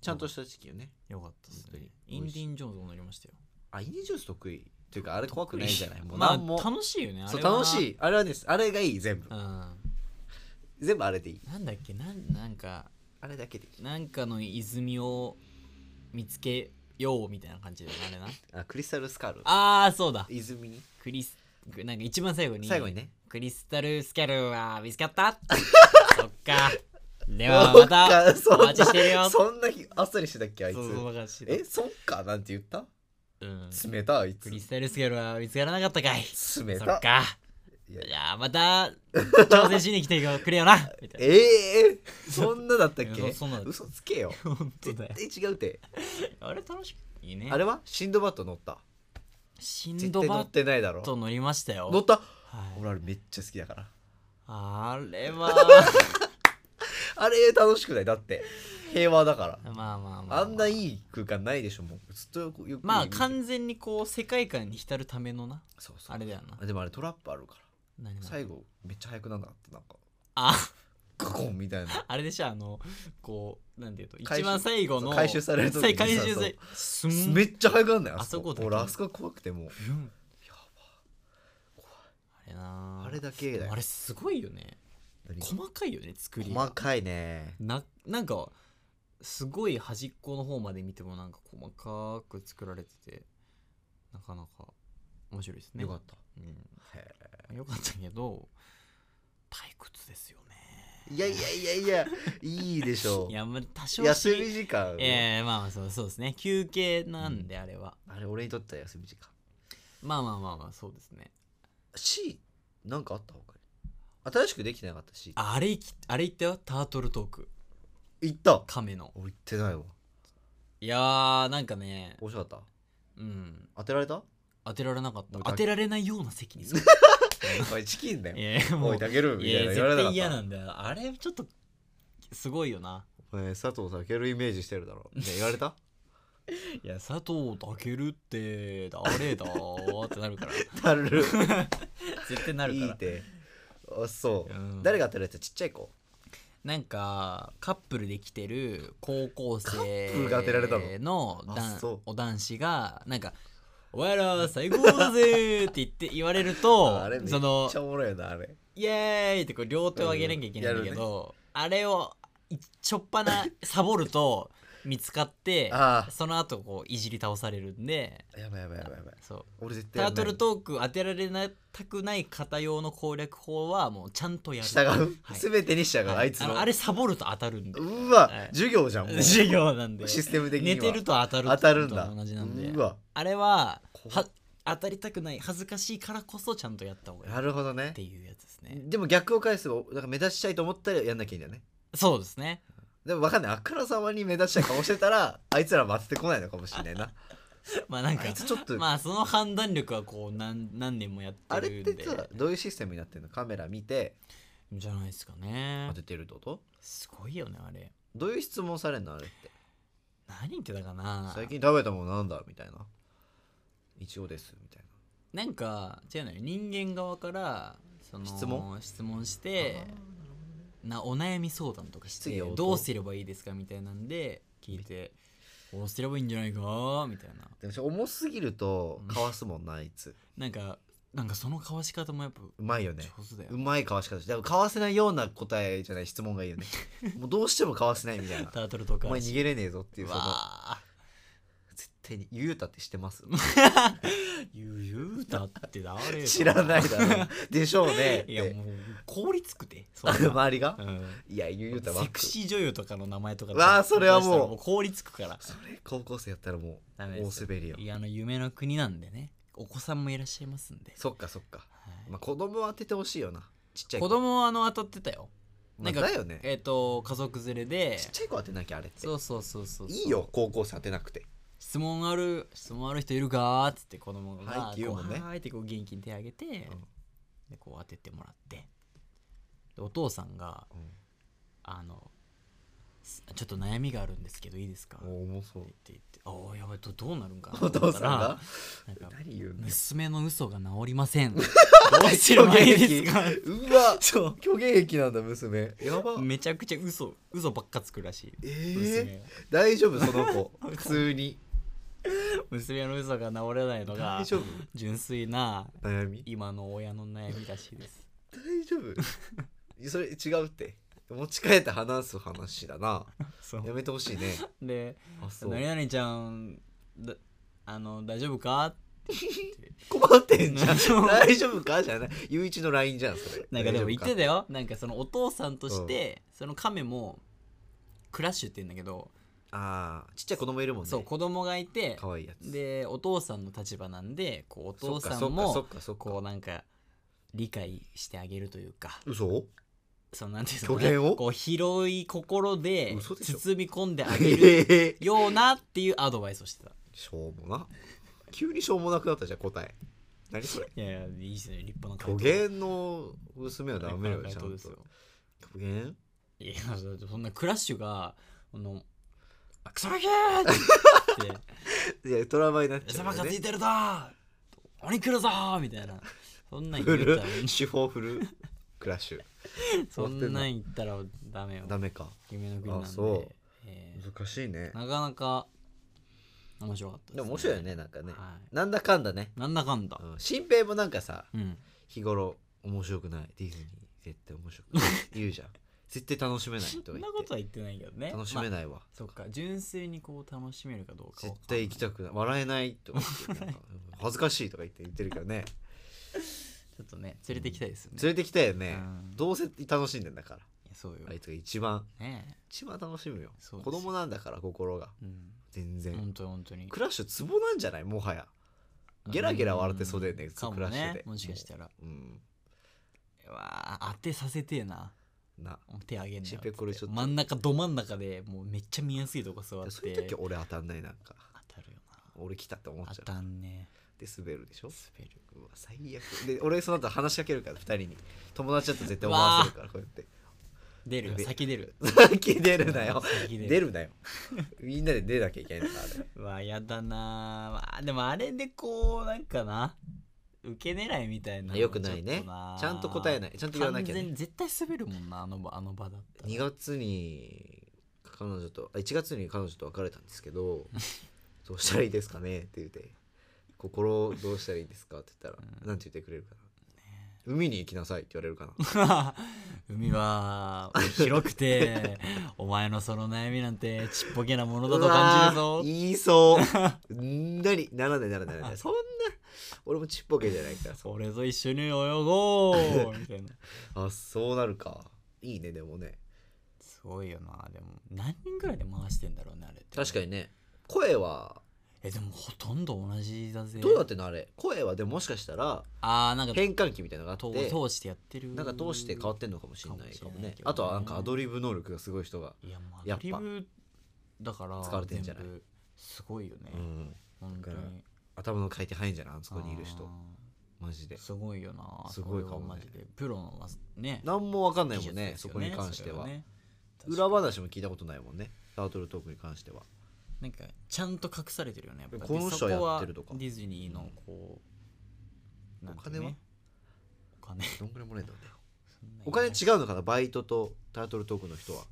[SPEAKER 1] ちゃんとしたチキンよね
[SPEAKER 2] うよかったです
[SPEAKER 1] 本
[SPEAKER 2] ね
[SPEAKER 1] 当に
[SPEAKER 2] インディン・ジョーンズも乗りましたよ
[SPEAKER 1] あインディジュース得意っていうかあれ怖くないじゃないもう
[SPEAKER 2] まあ
[SPEAKER 1] 何も
[SPEAKER 2] 楽しいよねあ
[SPEAKER 1] そう
[SPEAKER 2] れはな
[SPEAKER 1] 楽しいあれはですあれがいい全部
[SPEAKER 2] うん
[SPEAKER 1] 全部あれでいい
[SPEAKER 2] なんだっけなんなんか
[SPEAKER 1] あれだけでいい
[SPEAKER 2] なんかの泉を見つけようみたいな感じだよねあれ な
[SPEAKER 1] あクリスタルスカール
[SPEAKER 2] ああそうだ
[SPEAKER 1] 泉に
[SPEAKER 2] クリスなんか一番最後に
[SPEAKER 1] 最後にね
[SPEAKER 2] クリスタルスキャルは見つかった そっかでは
[SPEAKER 1] そ
[SPEAKER 2] ま
[SPEAKER 1] っか
[SPEAKER 2] た
[SPEAKER 1] そん
[SPEAKER 2] お
[SPEAKER 1] な
[SPEAKER 2] 待ちしてるよ
[SPEAKER 1] そんな日あっさりしてたっけあいつ
[SPEAKER 2] そうそう任せて
[SPEAKER 1] えそっかなんて言った
[SPEAKER 2] うん
[SPEAKER 1] 冷たあいつ
[SPEAKER 2] クリスタルスキャルは見つからなかったかい
[SPEAKER 1] 冷
[SPEAKER 2] そ
[SPEAKER 1] た
[SPEAKER 2] っか
[SPEAKER 1] いや
[SPEAKER 2] じゃあまた挑戦しに来てくれ よなみたいな
[SPEAKER 1] ええそんなだったっ
[SPEAKER 2] いや
[SPEAKER 1] け
[SPEAKER 2] そそんなだった
[SPEAKER 1] 嘘つけよ
[SPEAKER 2] 本当だよ
[SPEAKER 1] 絶対違うて
[SPEAKER 2] あれ楽しくいいね
[SPEAKER 1] あれはシンドバッド乗った
[SPEAKER 2] シン
[SPEAKER 1] 絶
[SPEAKER 2] ド
[SPEAKER 1] 対乗
[SPEAKER 2] バ
[SPEAKER 1] っ
[SPEAKER 2] ッ
[SPEAKER 1] てないだろ
[SPEAKER 2] ト乗りましたよ
[SPEAKER 1] 乗った
[SPEAKER 2] はい
[SPEAKER 1] 俺あれめっちゃ好きだから
[SPEAKER 2] あれは
[SPEAKER 1] あれ楽しくないだって平和だから
[SPEAKER 2] まあまあまあまあ
[SPEAKER 1] あんないい空間ないでしょもうずっとよくよく
[SPEAKER 2] まあ完全にこう世界観に浸るためのな
[SPEAKER 1] そうそう
[SPEAKER 2] あれだよな
[SPEAKER 1] あでもあれトラップあるから
[SPEAKER 2] 何々
[SPEAKER 1] 最後めっちゃ速くなんなかったなんか
[SPEAKER 2] あ
[SPEAKER 1] ガコンみたいな
[SPEAKER 2] あれでしょあのこうなんていうと
[SPEAKER 1] 回収
[SPEAKER 2] 一番最後
[SPEAKER 1] そ
[SPEAKER 2] の
[SPEAKER 1] う回収される時に
[SPEAKER 2] 最回収されすん
[SPEAKER 1] めっちゃ速くなんないあ
[SPEAKER 2] あ
[SPEAKER 1] そ
[SPEAKER 2] そ
[SPEAKER 1] こ
[SPEAKER 2] こだけ
[SPEAKER 1] 俺あそこ怖くてもう
[SPEAKER 2] ブンあれな
[SPEAKER 1] あれだけだよ
[SPEAKER 2] あれすごいよね
[SPEAKER 1] 何
[SPEAKER 2] 細かいよね作りが
[SPEAKER 1] 細かいね
[SPEAKER 2] ななんかすごい端っこの方まで見てもなんか細かく作られててなかなか面白いですね
[SPEAKER 1] よかった
[SPEAKER 2] うん
[SPEAKER 1] へ
[SPEAKER 2] よかったけど退屈ですよね
[SPEAKER 1] えいやいやいやいや いいでしょ
[SPEAKER 2] いやまあ多
[SPEAKER 1] う
[SPEAKER 2] 少
[SPEAKER 1] 休み時間
[SPEAKER 2] ええまあまあそうそうですね休憩なんであれは、
[SPEAKER 1] あれ俺にとっては休み時間
[SPEAKER 2] まあまあまあまあそうですね
[SPEAKER 1] C なんかあったほかに新しくできてなかったし
[SPEAKER 2] ああれ行きあれ行ったよタートルトーク
[SPEAKER 1] 行った
[SPEAKER 2] 亀の
[SPEAKER 1] 俺行ってないわ
[SPEAKER 2] いやーなんかね
[SPEAKER 1] 面白かった
[SPEAKER 2] うん
[SPEAKER 1] 当てられた
[SPEAKER 2] 当てられなかっ
[SPEAKER 1] も
[SPEAKER 2] た
[SPEAKER 1] うだ
[SPEAKER 2] 当てられないような席に座っ
[SPEAKER 1] お前チキンだ
[SPEAKER 2] た
[SPEAKER 1] よ
[SPEAKER 2] いやいやも
[SPEAKER 1] お
[SPEAKER 2] う
[SPEAKER 1] いたけるみ
[SPEAKER 2] い
[SPEAKER 1] た
[SPEAKER 2] や
[SPEAKER 1] い
[SPEAKER 2] い
[SPEAKER 1] な
[SPEAKER 2] や
[SPEAKER 1] 言われな
[SPEAKER 2] 絶
[SPEAKER 1] か
[SPEAKER 2] 対
[SPEAKER 1] っ
[SPEAKER 2] 嫌
[SPEAKER 1] た
[SPEAKER 2] なんだよあれちょっとすごいよな
[SPEAKER 1] お前佐藤健イメージしてるだ ろね言われた
[SPEAKER 2] いや佐藤健って誰だー ってなるから
[SPEAKER 1] だる
[SPEAKER 2] 絶対なる
[SPEAKER 1] い
[SPEAKER 2] か
[SPEAKER 1] い
[SPEAKER 2] ら
[SPEAKER 1] ってあそう
[SPEAKER 2] うん
[SPEAKER 1] 誰が当てられたちっちゃい子
[SPEAKER 2] なんかカップルで来てる高校
[SPEAKER 1] カ
[SPEAKER 2] 生
[SPEAKER 1] ップルが当てられた
[SPEAKER 2] の
[SPEAKER 1] あ
[SPEAKER 2] 男
[SPEAKER 1] そう
[SPEAKER 2] お男子がなんか「お前ら最高だぜ!」って言って言われる と
[SPEAKER 1] あれめっち
[SPEAKER 2] その
[SPEAKER 1] ゃおもろいよなあれ
[SPEAKER 2] イエーイってこう両手を上げなきゃいけないんだけど、あれをいちょっぱ なサボると見つかって
[SPEAKER 1] あ
[SPEAKER 2] その後こういじり倒されるんで
[SPEAKER 1] あやばいやばいやばいやばい
[SPEAKER 2] そう
[SPEAKER 1] 俺絶対
[SPEAKER 2] タ
[SPEAKER 1] や
[SPEAKER 2] ー
[SPEAKER 1] ん
[SPEAKER 2] ト
[SPEAKER 1] ない
[SPEAKER 2] ルトーク当てられなたくない方用の攻略法はもうちゃんとやる
[SPEAKER 1] 従う、
[SPEAKER 2] はい
[SPEAKER 1] 全てに従う、
[SPEAKER 2] はい
[SPEAKER 1] あいつの
[SPEAKER 2] あれサボると当たるんで
[SPEAKER 1] うわ、
[SPEAKER 2] はい
[SPEAKER 1] 授業じゃんもう
[SPEAKER 2] 授業なんで
[SPEAKER 1] システム的には
[SPEAKER 2] 寝てると当たる
[SPEAKER 1] 当たるんだ
[SPEAKER 2] と同じなんで
[SPEAKER 1] うわ
[SPEAKER 2] あれは
[SPEAKER 1] こ
[SPEAKER 2] は当たりたくない恥ずかしいからこそちゃんとやった方がいい
[SPEAKER 1] なるほどね
[SPEAKER 2] っていうやつですね
[SPEAKER 1] でも逆を返すとなんか目指したいと思ったらやんなきゃいいんだよね
[SPEAKER 2] そうですね
[SPEAKER 1] でも分かんないあからさまに目指したい顔してた らあいつら待ってこないのかもしれないな
[SPEAKER 2] まあなんか
[SPEAKER 1] あいつちょっと、
[SPEAKER 2] まあその判断力はこう何何年もやって
[SPEAKER 1] あれ
[SPEAKER 2] るん
[SPEAKER 1] っ
[SPEAKER 2] で
[SPEAKER 1] てさどういうシステムになってんのカメラ見て
[SPEAKER 2] じゃないですかね
[SPEAKER 1] 当ててるってこと
[SPEAKER 2] すごいよねあれ
[SPEAKER 1] どういう質問されんのあれって
[SPEAKER 2] 何言ってたかな
[SPEAKER 1] 最近食べたものなんだみたいないちごですみたい
[SPEAKER 2] なんか違うのよ人間側からその
[SPEAKER 1] 質問
[SPEAKER 2] 質問し
[SPEAKER 1] な、
[SPEAKER 2] てなお悩み相談とかして
[SPEAKER 1] 質疑応答
[SPEAKER 2] どうすればいいですかみたいなんで聞いてこうすればいいんじゃないかみたいな
[SPEAKER 1] でもそれ重すぎるとかわすもんなあいつ
[SPEAKER 2] なんかなんかその交わし方もやっぱ
[SPEAKER 1] うまいよね
[SPEAKER 2] 上手だよ、
[SPEAKER 1] うまいかわし方してでもかわせないような答えじゃない質問がいいよね もうどうしてもかわせないみたいな
[SPEAKER 2] タートルとか
[SPEAKER 1] お前逃げれねえぞっていう
[SPEAKER 2] う
[SPEAKER 1] その
[SPEAKER 2] わ
[SPEAKER 1] 絶対にゆうたってして ます
[SPEAKER 2] ーゆゆうたって誰
[SPEAKER 1] 知らないだろ うでしょうね
[SPEAKER 2] いや
[SPEAKER 1] って
[SPEAKER 2] もう凍りつくてそん な
[SPEAKER 1] 周りが
[SPEAKER 2] うん
[SPEAKER 1] いやゆうたは
[SPEAKER 2] セクシー女優とかの名前とか
[SPEAKER 1] わあそれはもう
[SPEAKER 2] 出したら凍りつくから
[SPEAKER 1] それ高校生やったらもう
[SPEAKER 2] ダメで
[SPEAKER 1] 大
[SPEAKER 2] す
[SPEAKER 1] 滑りよ
[SPEAKER 2] いやあの夢の国なんでねお子さんもいらっしゃいますんで、
[SPEAKER 1] そっかそっか、
[SPEAKER 2] はい
[SPEAKER 1] まあ、子供は当ててほしいよなちっちゃい
[SPEAKER 2] 子供はあの当たってたよ
[SPEAKER 1] まあ
[SPEAKER 2] なんか
[SPEAKER 1] だよね
[SPEAKER 2] えっ、と家族連れで
[SPEAKER 1] ちっちゃい子当てなきゃあれって
[SPEAKER 2] そうそうそうそう
[SPEAKER 1] いいよ高校生当てなくて
[SPEAKER 2] 質問ある質問ある人いるかっつって子供が
[SPEAKER 1] はいって言うもんね
[SPEAKER 2] こはーいってこう元気に手あげて、
[SPEAKER 1] ん
[SPEAKER 2] でこう当ててもらってでお父さんが
[SPEAKER 1] うん
[SPEAKER 2] あのすちょっと悩みがあるんですけどいいですかって
[SPEAKER 1] お重そう
[SPEAKER 2] 言って言ってああやばいどどうなるんかな
[SPEAKER 1] お
[SPEAKER 2] と思
[SPEAKER 1] 父さ
[SPEAKER 2] った
[SPEAKER 1] ん
[SPEAKER 2] ら
[SPEAKER 1] が
[SPEAKER 2] なんか
[SPEAKER 1] 何言うの
[SPEAKER 2] 娘の嘘が治り ませんどうすればいいですか
[SPEAKER 1] うわ
[SPEAKER 2] そ
[SPEAKER 1] 虚言癖なんだ娘やば
[SPEAKER 2] うめちゃくちゃ嘘嘘ばっかつくらしい、
[SPEAKER 1] え
[SPEAKER 2] 娘
[SPEAKER 1] ー、大丈夫その子 普通に
[SPEAKER 2] 娘の嘘が治らないのが
[SPEAKER 1] 大丈夫
[SPEAKER 2] 純粋な
[SPEAKER 1] 悩み
[SPEAKER 2] 今の親の悩みらしいです
[SPEAKER 1] 大丈夫 それ違うって持ち帰って話す話だな
[SPEAKER 2] そ
[SPEAKER 1] やめてほしいね
[SPEAKER 2] うで
[SPEAKER 1] あ
[SPEAKER 2] 「
[SPEAKER 1] そう
[SPEAKER 2] 何々ちゃんだあの大丈夫か?」
[SPEAKER 1] 困ってん じゃん
[SPEAKER 2] そう
[SPEAKER 1] 大丈夫かじゃないゆういちの LINE じゃんそれ
[SPEAKER 2] なんかでも
[SPEAKER 1] 大丈
[SPEAKER 2] 言っ
[SPEAKER 1] 夫
[SPEAKER 2] てたよなんかそのお父さんとして、その亀もクラッシュって言うんだけど、
[SPEAKER 1] ああちっちゃい子供いるもんね
[SPEAKER 2] そう子供がいて
[SPEAKER 1] かわいいやつ
[SPEAKER 2] でお父さんの立場なんでこうお
[SPEAKER 1] そ
[SPEAKER 2] 父
[SPEAKER 1] っか
[SPEAKER 2] さ
[SPEAKER 1] そっ
[SPEAKER 2] ん
[SPEAKER 1] かそっ
[SPEAKER 2] も
[SPEAKER 1] かそっ
[SPEAKER 2] こう
[SPEAKER 1] か
[SPEAKER 2] なんか理解してあげるというか
[SPEAKER 1] 嘘
[SPEAKER 2] そのなんていうんですかね
[SPEAKER 1] 虚言を
[SPEAKER 2] こう広い心で
[SPEAKER 1] 嘘でしょ
[SPEAKER 2] 包み込んであげる
[SPEAKER 1] ええ
[SPEAKER 2] ようなっていうアドバイスをしてた
[SPEAKER 1] しょうもな急にしょうもなくなったじゃん答え何それ
[SPEAKER 2] いやいやいいですね立派な
[SPEAKER 1] 虚言の娘はダメよ
[SPEAKER 2] 立
[SPEAKER 1] ちゃ
[SPEAKER 2] 派なん回答です
[SPEAKER 1] と
[SPEAKER 2] よ
[SPEAKER 1] 虚言
[SPEAKER 2] いやだってそんなクラッシュがあの「あクソガキー!」って言って
[SPEAKER 1] いやトラウマになっ
[SPEAKER 2] 「
[SPEAKER 1] ち
[SPEAKER 2] 餌
[SPEAKER 1] ゃう
[SPEAKER 2] ば
[SPEAKER 1] よ
[SPEAKER 2] っかつい
[SPEAKER 1] ね
[SPEAKER 2] てるぞー鬼来るぞー!」みたいなそんなん
[SPEAKER 1] フ
[SPEAKER 2] 言 った
[SPEAKER 1] ル
[SPEAKER 2] ら
[SPEAKER 1] 手法フルクラッシュ
[SPEAKER 2] そんなん言ったらダメよ
[SPEAKER 1] ダメか
[SPEAKER 2] 夢の国なんで
[SPEAKER 1] あそう
[SPEAKER 2] えー
[SPEAKER 1] 難しいね
[SPEAKER 2] なかなか面白かった
[SPEAKER 1] でも面白いよねなんかね、
[SPEAKER 2] は
[SPEAKER 1] なんだかんだね、
[SPEAKER 2] い、なんだかんだ
[SPEAKER 1] う、ん、新平もなんかさ
[SPEAKER 2] うん、
[SPEAKER 1] 日頃面白くないディズニー絶対面白 くない言うじゃん絶対楽しめないと
[SPEAKER 2] そ
[SPEAKER 1] か
[SPEAKER 2] ん
[SPEAKER 1] 言
[SPEAKER 2] な
[SPEAKER 1] っ
[SPEAKER 2] こと
[SPEAKER 1] て
[SPEAKER 2] は言ってないけどね
[SPEAKER 1] 楽しめ
[SPEAKER 2] まあ
[SPEAKER 1] ないわ、
[SPEAKER 2] そっか純粋にこう楽しめるかどうか
[SPEAKER 1] 絶対行きた
[SPEAKER 2] く
[SPEAKER 1] くない笑えないとか言ってなんかうん恥ずかしいとか言って言ってるけどね
[SPEAKER 2] ちょっとね連れてきたいですよね、
[SPEAKER 1] 連れてきたよね、
[SPEAKER 2] うん
[SPEAKER 1] どうせ楽しんでんだから
[SPEAKER 2] いやそうよ、
[SPEAKER 1] あいつが一番
[SPEAKER 2] ね
[SPEAKER 1] 一番楽しむよ
[SPEAKER 2] そうです
[SPEAKER 1] 子供なんだから心が
[SPEAKER 2] えうん
[SPEAKER 1] 全然、
[SPEAKER 2] 本当に本当に
[SPEAKER 1] クラッシュツボなんじゃないもはやゲラゲラ笑ってそうだよね
[SPEAKER 2] ん
[SPEAKER 1] ク
[SPEAKER 2] かも
[SPEAKER 1] ラッシュ
[SPEAKER 2] ね
[SPEAKER 1] で
[SPEAKER 2] もしかしたら
[SPEAKER 1] うん
[SPEAKER 2] うわー当てさせてえな
[SPEAKER 1] な
[SPEAKER 2] 手あげんな
[SPEAKER 1] シンペイこれちょっと
[SPEAKER 2] 真ん中ど真ん中でもうめっちゃ見やすいとこ座って
[SPEAKER 1] そういう時俺当たんないなんか
[SPEAKER 2] 当たるよ
[SPEAKER 1] 俺来たって思っ
[SPEAKER 2] な
[SPEAKER 1] ち
[SPEAKER 2] 当
[SPEAKER 1] ゃう
[SPEAKER 2] たんね
[SPEAKER 1] で滑るでしょ
[SPEAKER 2] 滑
[SPEAKER 1] うわ最悪で俺その後話しかけるから2人に友達だと絶対思わせるからこうやって
[SPEAKER 2] 出るよ
[SPEAKER 1] で
[SPEAKER 2] 先出る
[SPEAKER 1] 先出るなよ
[SPEAKER 2] 先
[SPEAKER 1] 出るなよみんなで出なきゃいけないんだからあれ
[SPEAKER 2] うわやだなーまあでもあれでこうなんかな受け狙いみたいな
[SPEAKER 1] よくないね
[SPEAKER 2] ちょっ
[SPEAKER 1] ちゃんと答えないちゃんと言わなきゃね
[SPEAKER 2] 完全に絶対滑るもんなあの場あの場だったら
[SPEAKER 1] 2月に彼女とあ1月に彼女と別れたんですけ どどうしたらいいですかねって言って「心どうしたらいいですか?」って言ったら、なんて言ってくれるかな、海に行きなさい」って言われる かな
[SPEAKER 2] 海は広くてお前のその悩みなんてちっぽけなものだと
[SPEAKER 1] うわー
[SPEAKER 2] 感じるぞ
[SPEAKER 1] 言いそう んなにならないならないならないそんな俺もちっぽけじゃないから
[SPEAKER 2] それぞ一緒に泳ごうみたいな
[SPEAKER 1] あそうなるかいいねでもね
[SPEAKER 2] すごいよなでも何人ぐらいで回してんだろうねあれって
[SPEAKER 1] 確かにね声は
[SPEAKER 2] えでもほとんど同じだぜ
[SPEAKER 1] どうだってんのあれ声はでももしかしたら
[SPEAKER 2] ああなんか
[SPEAKER 1] 変換器みたいなのがあ
[SPEAKER 2] と
[SPEAKER 1] って
[SPEAKER 2] 通してやってる
[SPEAKER 1] なんか通して変わってんのかもしれないかも
[SPEAKER 2] かもしれない
[SPEAKER 1] ね
[SPEAKER 2] けどね
[SPEAKER 1] あとはなんかアドリブ能力がすごい人が、
[SPEAKER 2] いやもう
[SPEAKER 1] や
[SPEAKER 2] ア
[SPEAKER 1] っ
[SPEAKER 2] ド
[SPEAKER 1] ぱ
[SPEAKER 2] リブだから
[SPEAKER 1] 使われてんじゃない
[SPEAKER 2] 全部すごいよね、
[SPEAKER 1] うん、
[SPEAKER 2] 本当
[SPEAKER 1] だから
[SPEAKER 2] に
[SPEAKER 1] 頭の回転早いんじゃないあそこにいる人
[SPEAKER 2] あ
[SPEAKER 1] マジで
[SPEAKER 2] ーすごいよな
[SPEAKER 1] すごい
[SPEAKER 2] それは
[SPEAKER 1] かもね
[SPEAKER 2] マジでプロのね
[SPEAKER 1] 何もわかんないもん
[SPEAKER 2] 技術
[SPEAKER 1] ね
[SPEAKER 2] です
[SPEAKER 1] そ
[SPEAKER 2] よ
[SPEAKER 1] こに関しては
[SPEAKER 2] それね
[SPEAKER 1] 裏話も聞いたことないもんねタートルトークに関しては
[SPEAKER 2] なんかちゃんと隠されてるよねやっぱ
[SPEAKER 1] この人は
[SPEAKER 2] でそこ
[SPEAKER 1] やってるとか
[SPEAKER 2] ディズニーのこう、なんていうねお金
[SPEAKER 1] どんぐらいもらえたんだよ
[SPEAKER 2] そんなにね
[SPEAKER 1] お金違うのかなバイトとタートルトークの人は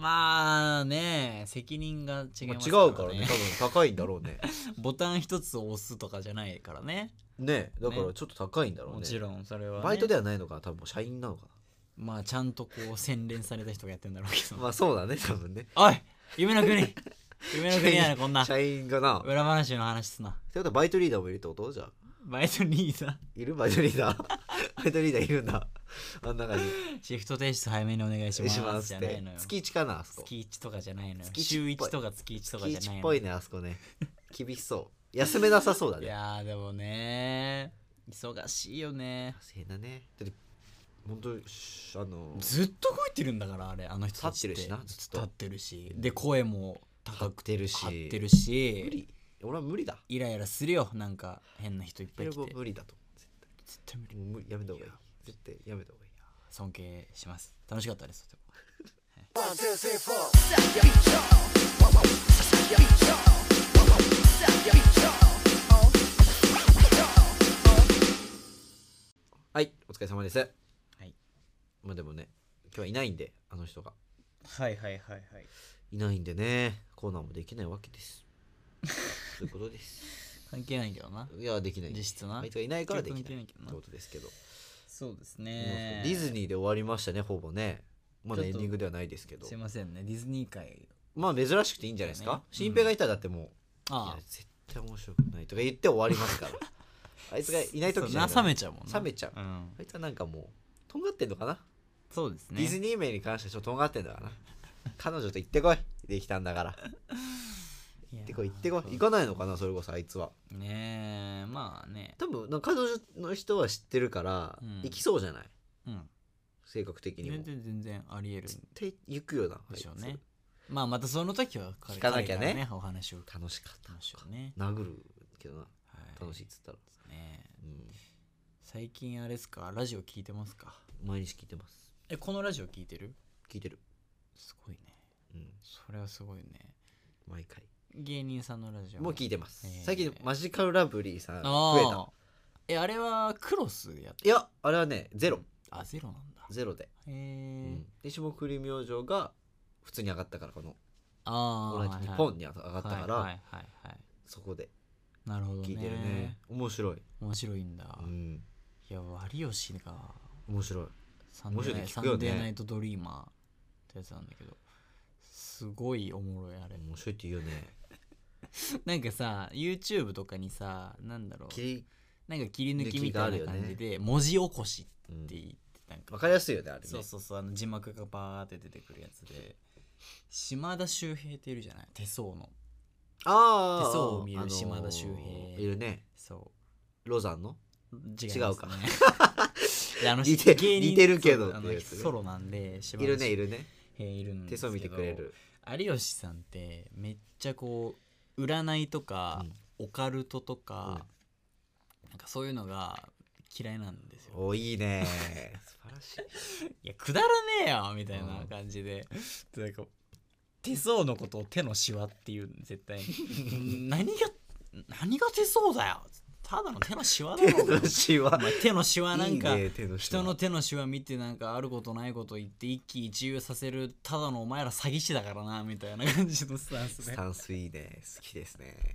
[SPEAKER 2] まあね責任が違い
[SPEAKER 1] まあ
[SPEAKER 2] ます
[SPEAKER 1] 違うからね多分高いんだろう ね
[SPEAKER 2] ボタン一つ押すとかじゃないからね
[SPEAKER 1] ねだからちょっと高いんだろうね
[SPEAKER 2] もちろんそれはね、
[SPEAKER 1] バイトではないのかな多分社員なのか
[SPEAKER 2] まあちゃんとこう洗練された人がやってんだろうけ
[SPEAKER 1] な
[SPEAKER 2] ど、
[SPEAKER 1] まあそうだね多分ね
[SPEAKER 2] おい夢 の国夢の国やなこんな
[SPEAKER 1] 社員がなって
[SPEAKER 2] 裏話の話すな
[SPEAKER 1] ことはバイトリーダーもいるってことじゃあ
[SPEAKER 2] バイトリーダ
[SPEAKER 1] いるバイトリーダ ーバイトリーダーいるんだあんな感じ
[SPEAKER 2] ーシフト提出早めにお願いします
[SPEAKER 1] します
[SPEAKER 2] じ
[SPEAKER 1] っ
[SPEAKER 2] ゃない
[SPEAKER 1] て
[SPEAKER 2] のよ
[SPEAKER 1] 月1かなあそこ
[SPEAKER 2] 月1とかじゃないのよ
[SPEAKER 1] 月一
[SPEAKER 2] 週
[SPEAKER 1] っぽい
[SPEAKER 2] 1とか月1とかじゃ
[SPEAKER 1] 月
[SPEAKER 2] ない
[SPEAKER 1] 1っ
[SPEAKER 2] の
[SPEAKER 1] ぽいねあそこね厳しそう休めなさそうだ
[SPEAKER 2] い
[SPEAKER 1] ね
[SPEAKER 2] やーでもね忙しいよね
[SPEAKER 1] せいだねだって本当しあの
[SPEAKER 2] ずっと動いてるんだからあれあの人たち
[SPEAKER 1] 立ってるしなずっと
[SPEAKER 2] 立ってるしで声も高く
[SPEAKER 1] 張ってるし
[SPEAKER 2] 張ってる
[SPEAKER 1] 無
[SPEAKER 2] し
[SPEAKER 1] 理俺は無理だ
[SPEAKER 2] イライラするよなんか変な人いっぱい
[SPEAKER 1] 俺
[SPEAKER 2] 来て
[SPEAKER 1] も
[SPEAKER 2] 絶
[SPEAKER 1] 無理だと思う絶
[SPEAKER 2] 対無理
[SPEAKER 1] 対もう無理やめた方がいい絶対やめた方がいい
[SPEAKER 2] 尊敬します楽しかったですとても
[SPEAKER 1] はいお疲れ様です
[SPEAKER 2] はい
[SPEAKER 1] まあでもね今日はいないんであの人が
[SPEAKER 2] はいはいはいはい
[SPEAKER 1] いないんでねコーナーもできないわけです そういうことです
[SPEAKER 2] 関係ないけどない
[SPEAKER 1] やできない
[SPEAKER 2] 実質な
[SPEAKER 1] あいつがいないからできない
[SPEAKER 2] 結局できないけど
[SPEAKER 1] っ
[SPEAKER 2] な
[SPEAKER 1] てことですけど
[SPEAKER 2] そうです
[SPEAKER 1] ディズニーで終わりましたねほぼねまだ
[SPEAKER 2] ち
[SPEAKER 1] エ
[SPEAKER 2] ょ
[SPEAKER 1] ン
[SPEAKER 2] っと
[SPEAKER 1] ディングではないですけど
[SPEAKER 2] すいませんねディズニー界
[SPEAKER 1] まあ珍しくていいんじゃないですか、
[SPEAKER 2] そうだね
[SPEAKER 1] 新平がいたらだってもう、い
[SPEAKER 2] あ
[SPEAKER 1] や絶対面白くないとか言って終わります からあいつがいない時じゃない
[SPEAKER 2] 冷めちゃうもんな
[SPEAKER 1] 冷めちゃう
[SPEAKER 2] うん
[SPEAKER 1] あいつはなんかもうとんがってんのかな、
[SPEAKER 2] そうですね
[SPEAKER 1] ディズニー名に関してはちょっととんがってんのかな彼女と行ってこいできたんだから行
[SPEAKER 2] 行
[SPEAKER 1] ってこい行ってこい行かないのかなそれこそあいつは
[SPEAKER 2] ねえまあね
[SPEAKER 1] 多分なんか彼女の人は知ってるから、
[SPEAKER 2] うん
[SPEAKER 1] 行きそうじゃない
[SPEAKER 2] うん
[SPEAKER 1] 性格的にも
[SPEAKER 2] 全然全然ありえる
[SPEAKER 1] 絶対行くよなあい
[SPEAKER 2] で
[SPEAKER 1] つ
[SPEAKER 2] しょうねまあまたその時は彼
[SPEAKER 1] 聞かなきゃね
[SPEAKER 2] 彼からお話を聞
[SPEAKER 1] 楽しかっ
[SPEAKER 2] き
[SPEAKER 1] た
[SPEAKER 2] ましょうね
[SPEAKER 1] 殴るけどな
[SPEAKER 2] はい
[SPEAKER 1] 楽しいっつったら、
[SPEAKER 2] ねえ
[SPEAKER 1] うん
[SPEAKER 2] 最近あれですかラジオ聞いてますか
[SPEAKER 1] 毎日聞いてます
[SPEAKER 2] えこのラジオ聞いてる
[SPEAKER 1] 聞いてる、
[SPEAKER 2] すごいね
[SPEAKER 1] うん、
[SPEAKER 2] それはすごいね
[SPEAKER 1] 毎回
[SPEAKER 2] 芸人さんのラジオ
[SPEAKER 1] もう聞いてます、
[SPEAKER 2] えー
[SPEAKER 1] 最近マジカルラブリーさん増え
[SPEAKER 2] あ
[SPEAKER 1] た
[SPEAKER 2] あえあれはクロスやっ
[SPEAKER 1] いやあれはねゼロ
[SPEAKER 2] あゼロなんだ
[SPEAKER 1] ゼロで、
[SPEAKER 2] へえ、
[SPEAKER 1] うん、で霜降り明星が普通に上がったからこの「
[SPEAKER 2] あ
[SPEAKER 1] オー
[SPEAKER 2] あ
[SPEAKER 1] ルナイトニッポン」に上がったから、
[SPEAKER 2] はいはいはいはい
[SPEAKER 1] そこで
[SPEAKER 2] なるほどね
[SPEAKER 1] 聞いてるね面白い、
[SPEAKER 2] 面白いんだ、
[SPEAKER 1] うん、
[SPEAKER 2] いや有吉が
[SPEAKER 1] 面白い
[SPEAKER 2] サンデ
[SPEAKER 1] 面白い
[SPEAKER 2] ーナ
[SPEAKER 1] ね
[SPEAKER 2] イ
[SPEAKER 1] 聞くよね
[SPEAKER 2] サンデーナイトドリーマーってやつなんだけどすごいおもろいあれ
[SPEAKER 1] 面白いって言うよね
[SPEAKER 2] なんかさ YouTube とかにさなんだろ
[SPEAKER 1] 切
[SPEAKER 2] う
[SPEAKER 1] り
[SPEAKER 2] なんか切り抜き
[SPEAKER 1] 抜
[SPEAKER 2] みたい
[SPEAKER 1] き
[SPEAKER 2] な
[SPEAKER 1] があるよね
[SPEAKER 2] 感じで、文字起こし
[SPEAKER 1] う
[SPEAKER 2] っ
[SPEAKER 1] ん
[SPEAKER 2] て言ってなんか、
[SPEAKER 1] わかりやすいよねあれね
[SPEAKER 2] そうそうそうあの字幕がバーって出てくるやつで島田秀平っているじゃない手相の
[SPEAKER 1] ああ
[SPEAKER 2] 手相を見る島田
[SPEAKER 1] 秀
[SPEAKER 2] 秀
[SPEAKER 1] 平
[SPEAKER 2] 平
[SPEAKER 1] いるね
[SPEAKER 2] そ
[SPEAKER 1] ロザンの
[SPEAKER 2] う違,、
[SPEAKER 1] 違うか
[SPEAKER 2] いやあの
[SPEAKER 1] 似て
[SPEAKER 2] 芸人
[SPEAKER 1] 似てるけど
[SPEAKER 2] そうあの
[SPEAKER 1] ってやつね
[SPEAKER 2] ソロなんで島
[SPEAKER 1] い
[SPEAKER 2] 田
[SPEAKER 1] る
[SPEAKER 2] 秀
[SPEAKER 1] ねいるね
[SPEAKER 2] 平いるん
[SPEAKER 1] 手
[SPEAKER 2] ですけ
[SPEAKER 1] 相
[SPEAKER 2] ど
[SPEAKER 1] 見てくれる
[SPEAKER 2] 有吉さんってめっちゃこう占いとか、オカルトとか、なんかそういうのが嫌いなんですよ
[SPEAKER 1] おいいね素晴らしい
[SPEAKER 2] いやくだらねえよみたいな感じで、なんか手相 のことを手のしわっていう絶対に何が何が手相だよっつっただの手のシワだろお前
[SPEAKER 1] 私は
[SPEAKER 2] お前手のシワなんか
[SPEAKER 1] いいね手のシワ
[SPEAKER 2] 人の手のシワ見てなんかあることないこと言って一喜一憂させるただのお前ら詐欺師だからなみたいな感じのスタンス
[SPEAKER 1] ス
[SPEAKER 2] ね
[SPEAKER 1] タンスいいね好きですね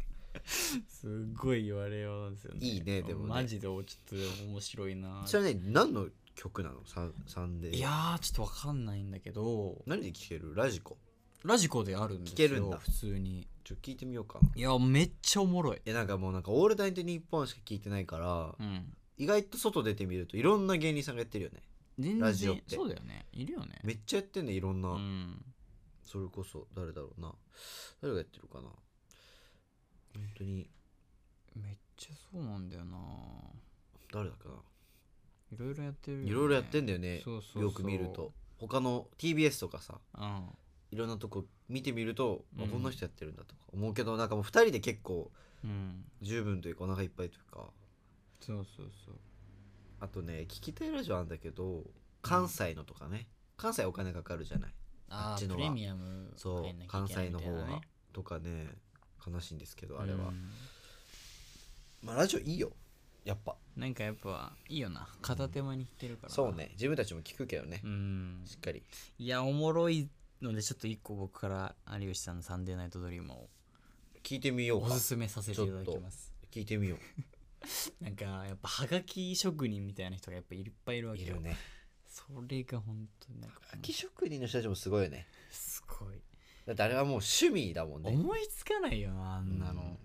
[SPEAKER 2] すっごい言われようなんですよね
[SPEAKER 1] いいねでもね
[SPEAKER 2] マジでおちょっと面白いな
[SPEAKER 1] それはね何の曲なのサンサンデー
[SPEAKER 2] いやーちょっとわかんないんだけど
[SPEAKER 1] 何で聴けるラジコ
[SPEAKER 2] ラジコであるんですよ
[SPEAKER 1] 聞けるんだ
[SPEAKER 2] 普通に
[SPEAKER 1] ちょっと聞いてみようかない
[SPEAKER 2] やめっちゃおもろい
[SPEAKER 1] やなんかもうなんか「オールナイトニッポン」しか聞いてないから、
[SPEAKER 2] うん
[SPEAKER 1] 意外と外出てみるといろんな芸人さんがやってるよね
[SPEAKER 2] 全
[SPEAKER 1] ラジオっ
[SPEAKER 2] 然
[SPEAKER 1] て
[SPEAKER 2] そうだよねいるよね
[SPEAKER 1] めっちゃやってんねいろんな、
[SPEAKER 2] うん
[SPEAKER 1] それこそ誰だろうな誰がやってるかな本当に
[SPEAKER 2] めっちゃそうなんだよな
[SPEAKER 1] 誰だかない
[SPEAKER 2] ろいろやってるよね
[SPEAKER 1] いろいろやってんだよね
[SPEAKER 2] そうそうそう
[SPEAKER 1] よく見ると他の TBS とかさ
[SPEAKER 2] うん
[SPEAKER 1] いろんなとこ見てみると、あ
[SPEAKER 2] うん
[SPEAKER 1] こんな人やってるんだとか思うけどなんかもう2人で結構
[SPEAKER 2] うん
[SPEAKER 1] 十分というかお腹いっぱいというか
[SPEAKER 2] そうそうそう
[SPEAKER 1] あとね聞きたいラジオあんだけど関西のとかね、関西お金かかるじゃない
[SPEAKER 2] あ
[SPEAKER 1] あっち
[SPEAKER 2] ー
[SPEAKER 1] の
[SPEAKER 2] プ
[SPEAKER 1] は
[SPEAKER 2] レミアム
[SPEAKER 1] そう
[SPEAKER 2] 入んなきゃい
[SPEAKER 1] 関
[SPEAKER 2] けない
[SPEAKER 1] 西
[SPEAKER 2] み
[SPEAKER 1] の
[SPEAKER 2] たい
[SPEAKER 1] 方
[SPEAKER 2] なね
[SPEAKER 1] はとかね悲しいんですけどあれは、
[SPEAKER 2] うん
[SPEAKER 1] まあラジオいいよやっぱ
[SPEAKER 2] なんかやっぱいいよな片手間に弾けるからな
[SPEAKER 1] そうね自分たちも聞くけどね
[SPEAKER 2] う、ん
[SPEAKER 1] しっかり
[SPEAKER 2] いやおもろいのでちょっと一個僕から有吉さんの「サンデーナイトドリーム」を
[SPEAKER 1] 聞いてみよう
[SPEAKER 2] お
[SPEAKER 1] か
[SPEAKER 2] すすめさせていただきます
[SPEAKER 1] 聞いてみよ
[SPEAKER 2] なんかやっぱはがき職人みたいな人がやっぱいっぱいいるわ
[SPEAKER 1] う
[SPEAKER 2] け
[SPEAKER 1] い
[SPEAKER 2] よ
[SPEAKER 1] るね
[SPEAKER 2] それが本当になんかもう
[SPEAKER 1] 秋職人の人たちもすごいよね
[SPEAKER 2] すごい
[SPEAKER 1] だってあれはもう趣味だもんね
[SPEAKER 2] 思いつかないよなあんなの、
[SPEAKER 1] うん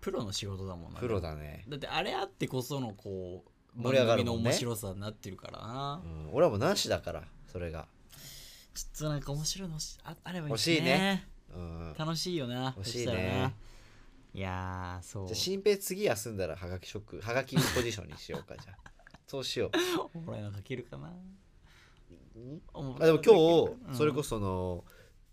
[SPEAKER 2] プロの仕事だもんな
[SPEAKER 1] プロだね、
[SPEAKER 2] だってあれあってこそのこう
[SPEAKER 1] 盛り上がる
[SPEAKER 2] 番組の
[SPEAKER 1] もんね
[SPEAKER 2] 面白さになってるからな、
[SPEAKER 1] うん、俺はもうなしだからそれが
[SPEAKER 2] ちょっとなんか面白いのしああればいいね
[SPEAKER 1] 欲しいねうんじゃ
[SPEAKER 2] 楽しいよな
[SPEAKER 1] 欲しいね
[SPEAKER 2] そたらないやーそう
[SPEAKER 1] あ新平次休んだらはがき職はがきポジションにしようかじゃあ そうしよう
[SPEAKER 2] おもろいの書けるかなあ
[SPEAKER 1] あでも今
[SPEAKER 2] うん
[SPEAKER 1] 日それこその、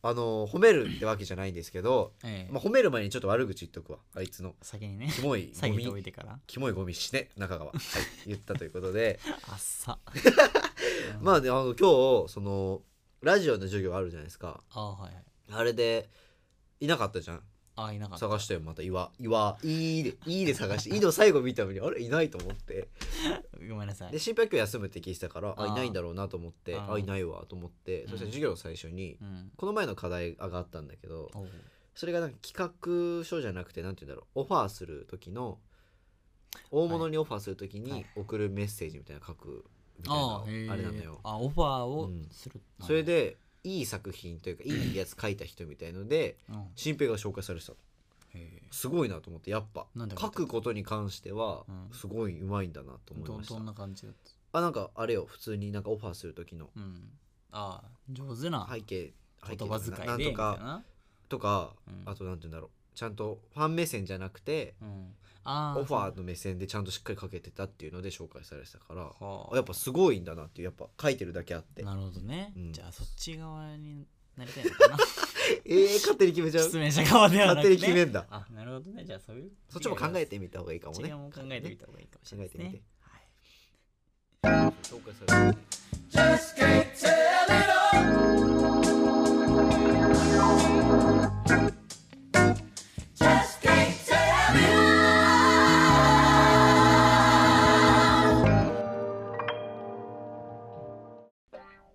[SPEAKER 1] あの褒めるってわけじゃないんですけど、
[SPEAKER 2] ええ
[SPEAKER 1] まあ、褒める前にちょっと悪口言っとくわあいつの
[SPEAKER 2] 先にね
[SPEAKER 1] キモい
[SPEAKER 2] 下
[SPEAKER 1] ゴ
[SPEAKER 2] げておい
[SPEAKER 1] ミ
[SPEAKER 2] てから
[SPEAKER 1] キモいゴミ死ね中 川はい言ったということで
[SPEAKER 2] あっ さ
[SPEAKER 1] まあねあの今日そのラジオの授業あるじゃないですか
[SPEAKER 2] ああはいはい
[SPEAKER 1] あれでいなかったじゃん
[SPEAKER 2] ああいなかった
[SPEAKER 1] 探したよまた岩岩いいでいいで探 していいの最後見たのにあれいないと思って
[SPEAKER 2] ごめんなさい
[SPEAKER 1] で心拍今日休むって聞いてたからあ
[SPEAKER 2] あー
[SPEAKER 1] いないんだろうなと思って
[SPEAKER 2] あ
[SPEAKER 1] あい
[SPEAKER 2] ー
[SPEAKER 1] ないわと思ってそしたら授業の最初に、
[SPEAKER 2] うん
[SPEAKER 1] この前の課題上がったんだけど
[SPEAKER 2] おう
[SPEAKER 1] それがなんか企画書じゃなくてなんて言うんだろうオファーする時の大物にオファーする時
[SPEAKER 2] は
[SPEAKER 1] に
[SPEAKER 2] い
[SPEAKER 1] 送るメッセージみたいなの書くみたい
[SPEAKER 2] ああへ
[SPEAKER 1] なあ
[SPEAKER 2] え
[SPEAKER 1] れなのよ
[SPEAKER 2] あオファーを
[SPEAKER 1] うん
[SPEAKER 2] する、
[SPEAKER 1] それでいい作品というかいいやつ書いた人みたいので
[SPEAKER 2] うん、
[SPEAKER 1] 新平が紹介されてたの
[SPEAKER 2] へえ
[SPEAKER 1] すごいなと思ってやっぱ
[SPEAKER 2] なんだろう
[SPEAKER 1] 書くことに関しては
[SPEAKER 2] うん
[SPEAKER 1] すごいうまいんだなと思い
[SPEAKER 2] ど
[SPEAKER 1] ました、
[SPEAKER 2] どんな感じだった
[SPEAKER 1] あなんかあれよ普通になんかオファーする時の
[SPEAKER 2] うんああ上手な
[SPEAKER 1] 背景背景
[SPEAKER 2] 言葉遣
[SPEAKER 1] ないん
[SPEAKER 2] で
[SPEAKER 1] と
[SPEAKER 2] みたい
[SPEAKER 1] か
[SPEAKER 2] な
[SPEAKER 1] とか、
[SPEAKER 2] うん
[SPEAKER 1] あとなんて言うんだろうちゃんとファン目線じゃなくて
[SPEAKER 2] うんああ
[SPEAKER 1] オファーの目線でちゃんとしっかりかけてたっていうので紹介されてたから
[SPEAKER 2] はあ
[SPEAKER 1] あやっぱすごいんだなっていうやっぱ書いてるだけあって
[SPEAKER 2] なるほどね、
[SPEAKER 1] うん
[SPEAKER 2] じゃあそっち側になりたいの かな
[SPEAKER 1] ええ勝手に決めちゃう
[SPEAKER 2] 失明者側ではなく、
[SPEAKER 1] 勝
[SPEAKER 2] ね、
[SPEAKER 1] 手に決めんだ
[SPEAKER 2] あなるほどねじゃあそういう
[SPEAKER 1] そっちも考えてみた方がいいかも
[SPEAKER 2] こっ
[SPEAKER 1] ね
[SPEAKER 2] ち側も考えてみた方がいいかもしれないです
[SPEAKER 1] 考えて
[SPEAKER 2] ね
[SPEAKER 1] みて
[SPEAKER 2] はい
[SPEAKER 1] 紹介されて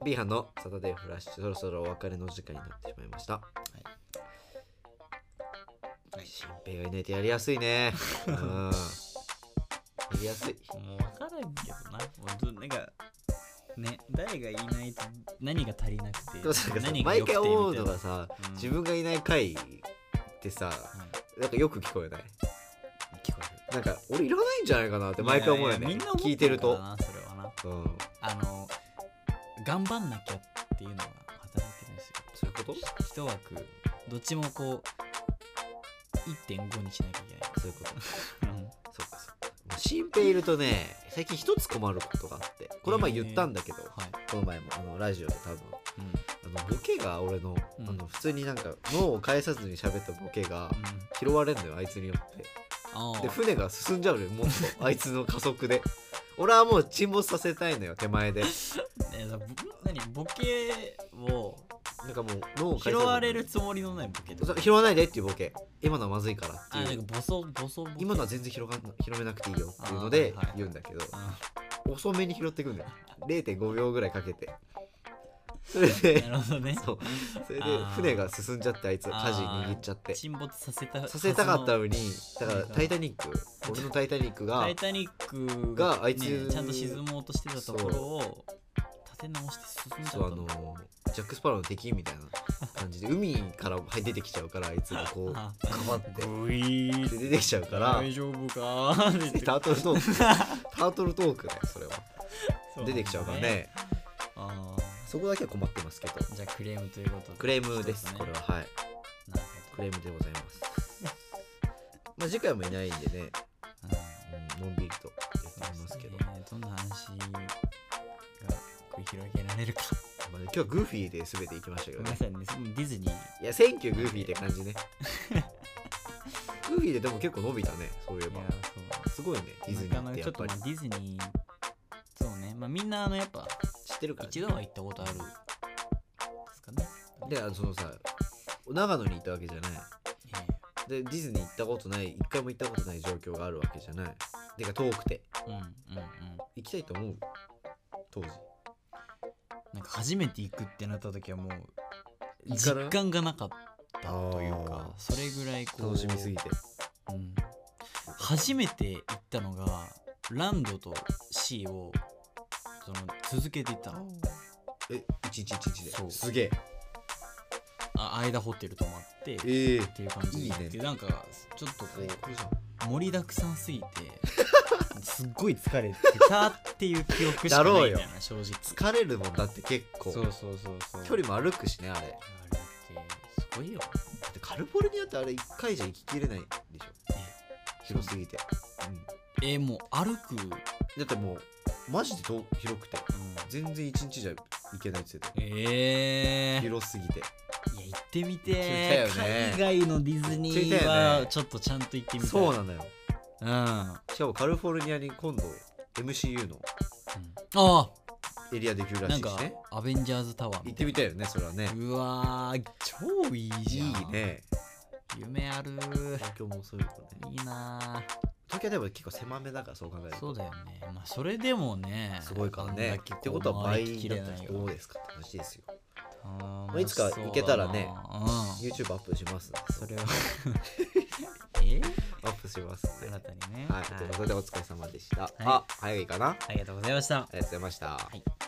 [SPEAKER 1] ビーハンのサタデーフラッシュそろそろお別れの時間になってしまいました。
[SPEAKER 2] はい
[SPEAKER 1] 新平がいないとやりやすいね。うん。やりやすい。
[SPEAKER 2] もう分からんけどな。本当なんか、ね、誰がいないと何が足りなくて
[SPEAKER 1] でもなんかさ、
[SPEAKER 2] 何が
[SPEAKER 1] 毎
[SPEAKER 2] 良くて
[SPEAKER 1] 回
[SPEAKER 2] みた
[SPEAKER 1] 思うの
[SPEAKER 2] いな
[SPEAKER 1] がさ、
[SPEAKER 2] うん
[SPEAKER 1] 自分がいない回ってさ、なんかよく聞こえない
[SPEAKER 2] 聞こえる。
[SPEAKER 1] なんか俺いらないんじゃないかなって毎回思うよ
[SPEAKER 2] いやい
[SPEAKER 1] ね
[SPEAKER 2] やみんな思っ
[SPEAKER 1] 聞いてる
[SPEAKER 2] ん
[SPEAKER 1] と
[SPEAKER 2] だなそれはな。
[SPEAKER 1] うん
[SPEAKER 2] あの、頑張んなきゃっていうのが働いてるんですよ。
[SPEAKER 1] そういうこと
[SPEAKER 2] 一枠、どっちもこう、1.5にしなきゃいけない。
[SPEAKER 1] そういうこと
[SPEAKER 2] うん
[SPEAKER 1] そうかそうかもう新平いるとね最近一つ困ることがあってこれはまあ言ったんだけど、
[SPEAKER 2] はい。
[SPEAKER 1] この前もあのラジオで多分
[SPEAKER 2] うん。うん
[SPEAKER 1] あのボケが俺の,、
[SPEAKER 2] うん
[SPEAKER 1] あの普通になんか脳を返さずに喋ったボケが拾われんのよあいつによって
[SPEAKER 2] あ
[SPEAKER 1] で
[SPEAKER 2] あ
[SPEAKER 1] 船が進んじゃうのよもっとあいつの加速で俺はもう沈没させたいのよ手前で
[SPEAKER 2] えー、だぼ何ボケを
[SPEAKER 1] なんかもう脳を
[SPEAKER 2] 拾
[SPEAKER 1] さず
[SPEAKER 2] われるつもりのないボケと
[SPEAKER 1] そ
[SPEAKER 2] か
[SPEAKER 1] う拾わないでっていうボケ今のはまずいからって
[SPEAKER 2] あ
[SPEAKER 1] いう
[SPEAKER 2] なんかボソボソボケ
[SPEAKER 1] 今のは全然広がん広めなくていいよっていうの
[SPEAKER 2] あー
[SPEAKER 1] で
[SPEAKER 2] はいはい
[SPEAKER 1] 言うんだけど、
[SPEAKER 2] あ
[SPEAKER 1] 遅めに拾ってくんだよ0.5秒ぐらいかけてそれで
[SPEAKER 2] なるほどね
[SPEAKER 1] そう それで
[SPEAKER 2] あー
[SPEAKER 1] 船が進んじゃってあいつ舵
[SPEAKER 2] あー
[SPEAKER 1] 握っちゃって
[SPEAKER 2] 沈没させた
[SPEAKER 1] させたかった
[SPEAKER 2] はず
[SPEAKER 1] のにだから「タイタニック」俺の「タイタニックが」
[SPEAKER 2] タイタニック
[SPEAKER 1] があいつ
[SPEAKER 2] ねちゃんと沈もうとしてたところを立て直して進んじ
[SPEAKER 1] そう
[SPEAKER 2] ゃ
[SPEAKER 1] あ
[SPEAKER 2] ったん
[SPEAKER 1] の
[SPEAKER 2] だ
[SPEAKER 1] ジャック・スパローの敵みたいな感じで海から出てきちゃうからあいつがこうか
[SPEAKER 2] あ
[SPEAKER 1] ばって
[SPEAKER 2] グイー
[SPEAKER 1] で出てきちゃうから
[SPEAKER 2] 大丈夫かーって 言って
[SPEAKER 1] タートルトークタートルトークだよそれは
[SPEAKER 2] そう
[SPEAKER 1] 出てきちゃうからね
[SPEAKER 2] あ
[SPEAKER 1] そこだけは困ってますけど
[SPEAKER 2] ーじゃあクレームということで
[SPEAKER 1] クレームです
[SPEAKER 2] そうね
[SPEAKER 1] これははい
[SPEAKER 2] なるほ
[SPEAKER 1] クレームでございますまあ次回もいないんでね、
[SPEAKER 2] どうん
[SPEAKER 1] うん、のんびりとやってみますけど、ま
[SPEAKER 2] どんな話が繰り広げられるか
[SPEAKER 1] あ今日はグーフィーで全ていきましたけ
[SPEAKER 2] ご
[SPEAKER 1] ど
[SPEAKER 2] めんな
[SPEAKER 1] ね
[SPEAKER 2] さいねそのディズニー
[SPEAKER 1] いやセンキューグーフィーって感じねグーフィーででも結構伸びたねそういえ
[SPEAKER 2] い
[SPEAKER 1] ば
[SPEAKER 2] や
[SPEAKER 1] すごいねディズ
[SPEAKER 2] そう
[SPEAKER 1] ニ
[SPEAKER 2] なか
[SPEAKER 1] ーってや
[SPEAKER 2] なかちょ
[SPEAKER 1] っ
[SPEAKER 2] っと
[SPEAKER 1] ぱ
[SPEAKER 2] ま
[SPEAKER 1] り
[SPEAKER 2] あディズニーそうねまあみんなあのやっぱ
[SPEAKER 1] 知ってるから、ね
[SPEAKER 2] 一、度は行ったことあるですかね
[SPEAKER 1] であのそのさ長野に行ったわけじゃないで
[SPEAKER 2] え
[SPEAKER 1] ディズニー行ったことない一回も行ったことない状況があるわけじゃないてか遠くて
[SPEAKER 2] えうんうんうん
[SPEAKER 1] 行きたいと思う当時
[SPEAKER 2] なんか初めて行くってなった時はもう
[SPEAKER 1] 行か
[SPEAKER 2] 実
[SPEAKER 1] ない
[SPEAKER 2] 感がなかったというか
[SPEAKER 1] あー
[SPEAKER 2] それぐらいこう
[SPEAKER 1] 楽しみすぎて
[SPEAKER 2] うん、初めて行ったのがランドと C をその続けて行ったの
[SPEAKER 1] え一日一日
[SPEAKER 2] そ
[SPEAKER 1] で
[SPEAKER 2] う
[SPEAKER 1] すげえ
[SPEAKER 2] あ間ホテル泊まってっ
[SPEAKER 1] えー、
[SPEAKER 2] ていう感じで
[SPEAKER 1] いいね
[SPEAKER 2] でなんかちょっとこ
[SPEAKER 1] 最
[SPEAKER 2] う
[SPEAKER 1] 高じゃん
[SPEAKER 2] 盛りだくさん すぎてすっごい疲れてたっていう記憶しか
[SPEAKER 1] だ
[SPEAKER 2] な
[SPEAKER 1] ろ
[SPEAKER 2] いう
[SPEAKER 1] よ
[SPEAKER 2] みたいな正直
[SPEAKER 1] 疲れるもんだって結構
[SPEAKER 2] そうそうそうそう
[SPEAKER 1] 距離も歩くしねあれだ
[SPEAKER 2] あれだってすごいよ
[SPEAKER 1] ってカルフォルニアってあれ一回じゃ行ききれないでしょ広すぎて、うん、
[SPEAKER 2] えもう歩く、うん、
[SPEAKER 1] だってもうマジでと広くて全然一日じゃ行けないって言ってた
[SPEAKER 2] ええー、いや
[SPEAKER 1] 広すぎて
[SPEAKER 2] 行って
[SPEAKER 1] 行ってみ
[SPEAKER 2] みて
[SPEAKER 1] たいよね
[SPEAKER 2] 海外のディズニー
[SPEAKER 1] 行ってみたいよ
[SPEAKER 2] は
[SPEAKER 1] ね
[SPEAKER 2] ちょっとちゃんと行ってみたい
[SPEAKER 1] そうなのよ
[SPEAKER 2] うん、あ
[SPEAKER 1] しかもカルフォルニアに今度 MCU の
[SPEAKER 2] あ
[SPEAKER 1] エリアできるら
[SPEAKER 2] な
[SPEAKER 1] し
[SPEAKER 2] ん
[SPEAKER 1] いし
[SPEAKER 2] か
[SPEAKER 1] ね
[SPEAKER 2] アベンジャーズタワー
[SPEAKER 1] 行っ
[SPEAKER 2] み
[SPEAKER 1] て
[SPEAKER 2] たい
[SPEAKER 1] みたいよねそれはね
[SPEAKER 2] なうわー超いい
[SPEAKER 1] い
[SPEAKER 2] じゃん
[SPEAKER 1] いね
[SPEAKER 2] 夢ある
[SPEAKER 1] 東京もそういうことね
[SPEAKER 2] いいな
[SPEAKER 1] 東京でも結構狭めだからそう考える
[SPEAKER 2] ー
[SPEAKER 1] と
[SPEAKER 2] そうだよねまあそれでもね
[SPEAKER 1] すごいから
[SPEAKER 2] あん
[SPEAKER 1] ね
[SPEAKER 2] だけう
[SPEAKER 1] ってことは
[SPEAKER 2] 回
[SPEAKER 1] 倍
[SPEAKER 2] りき
[SPEAKER 1] だ
[SPEAKER 2] れ
[SPEAKER 1] った
[SPEAKER 2] な
[SPEAKER 1] ら
[SPEAKER 2] い
[SPEAKER 1] ど
[SPEAKER 2] よ
[SPEAKER 1] うですかって話ですよ
[SPEAKER 2] あ
[SPEAKER 1] まあいつか行けたらね
[SPEAKER 2] うん
[SPEAKER 1] YouTube アップしますんで
[SPEAKER 2] それは え
[SPEAKER 1] アップしますんで
[SPEAKER 2] 新たにね
[SPEAKER 1] はい、ということでお疲れ様でした。
[SPEAKER 2] は
[SPEAKER 1] あ、早いかな。あ
[SPEAKER 2] ありがとうございました
[SPEAKER 1] りがとうございました。
[SPEAKER 2] はい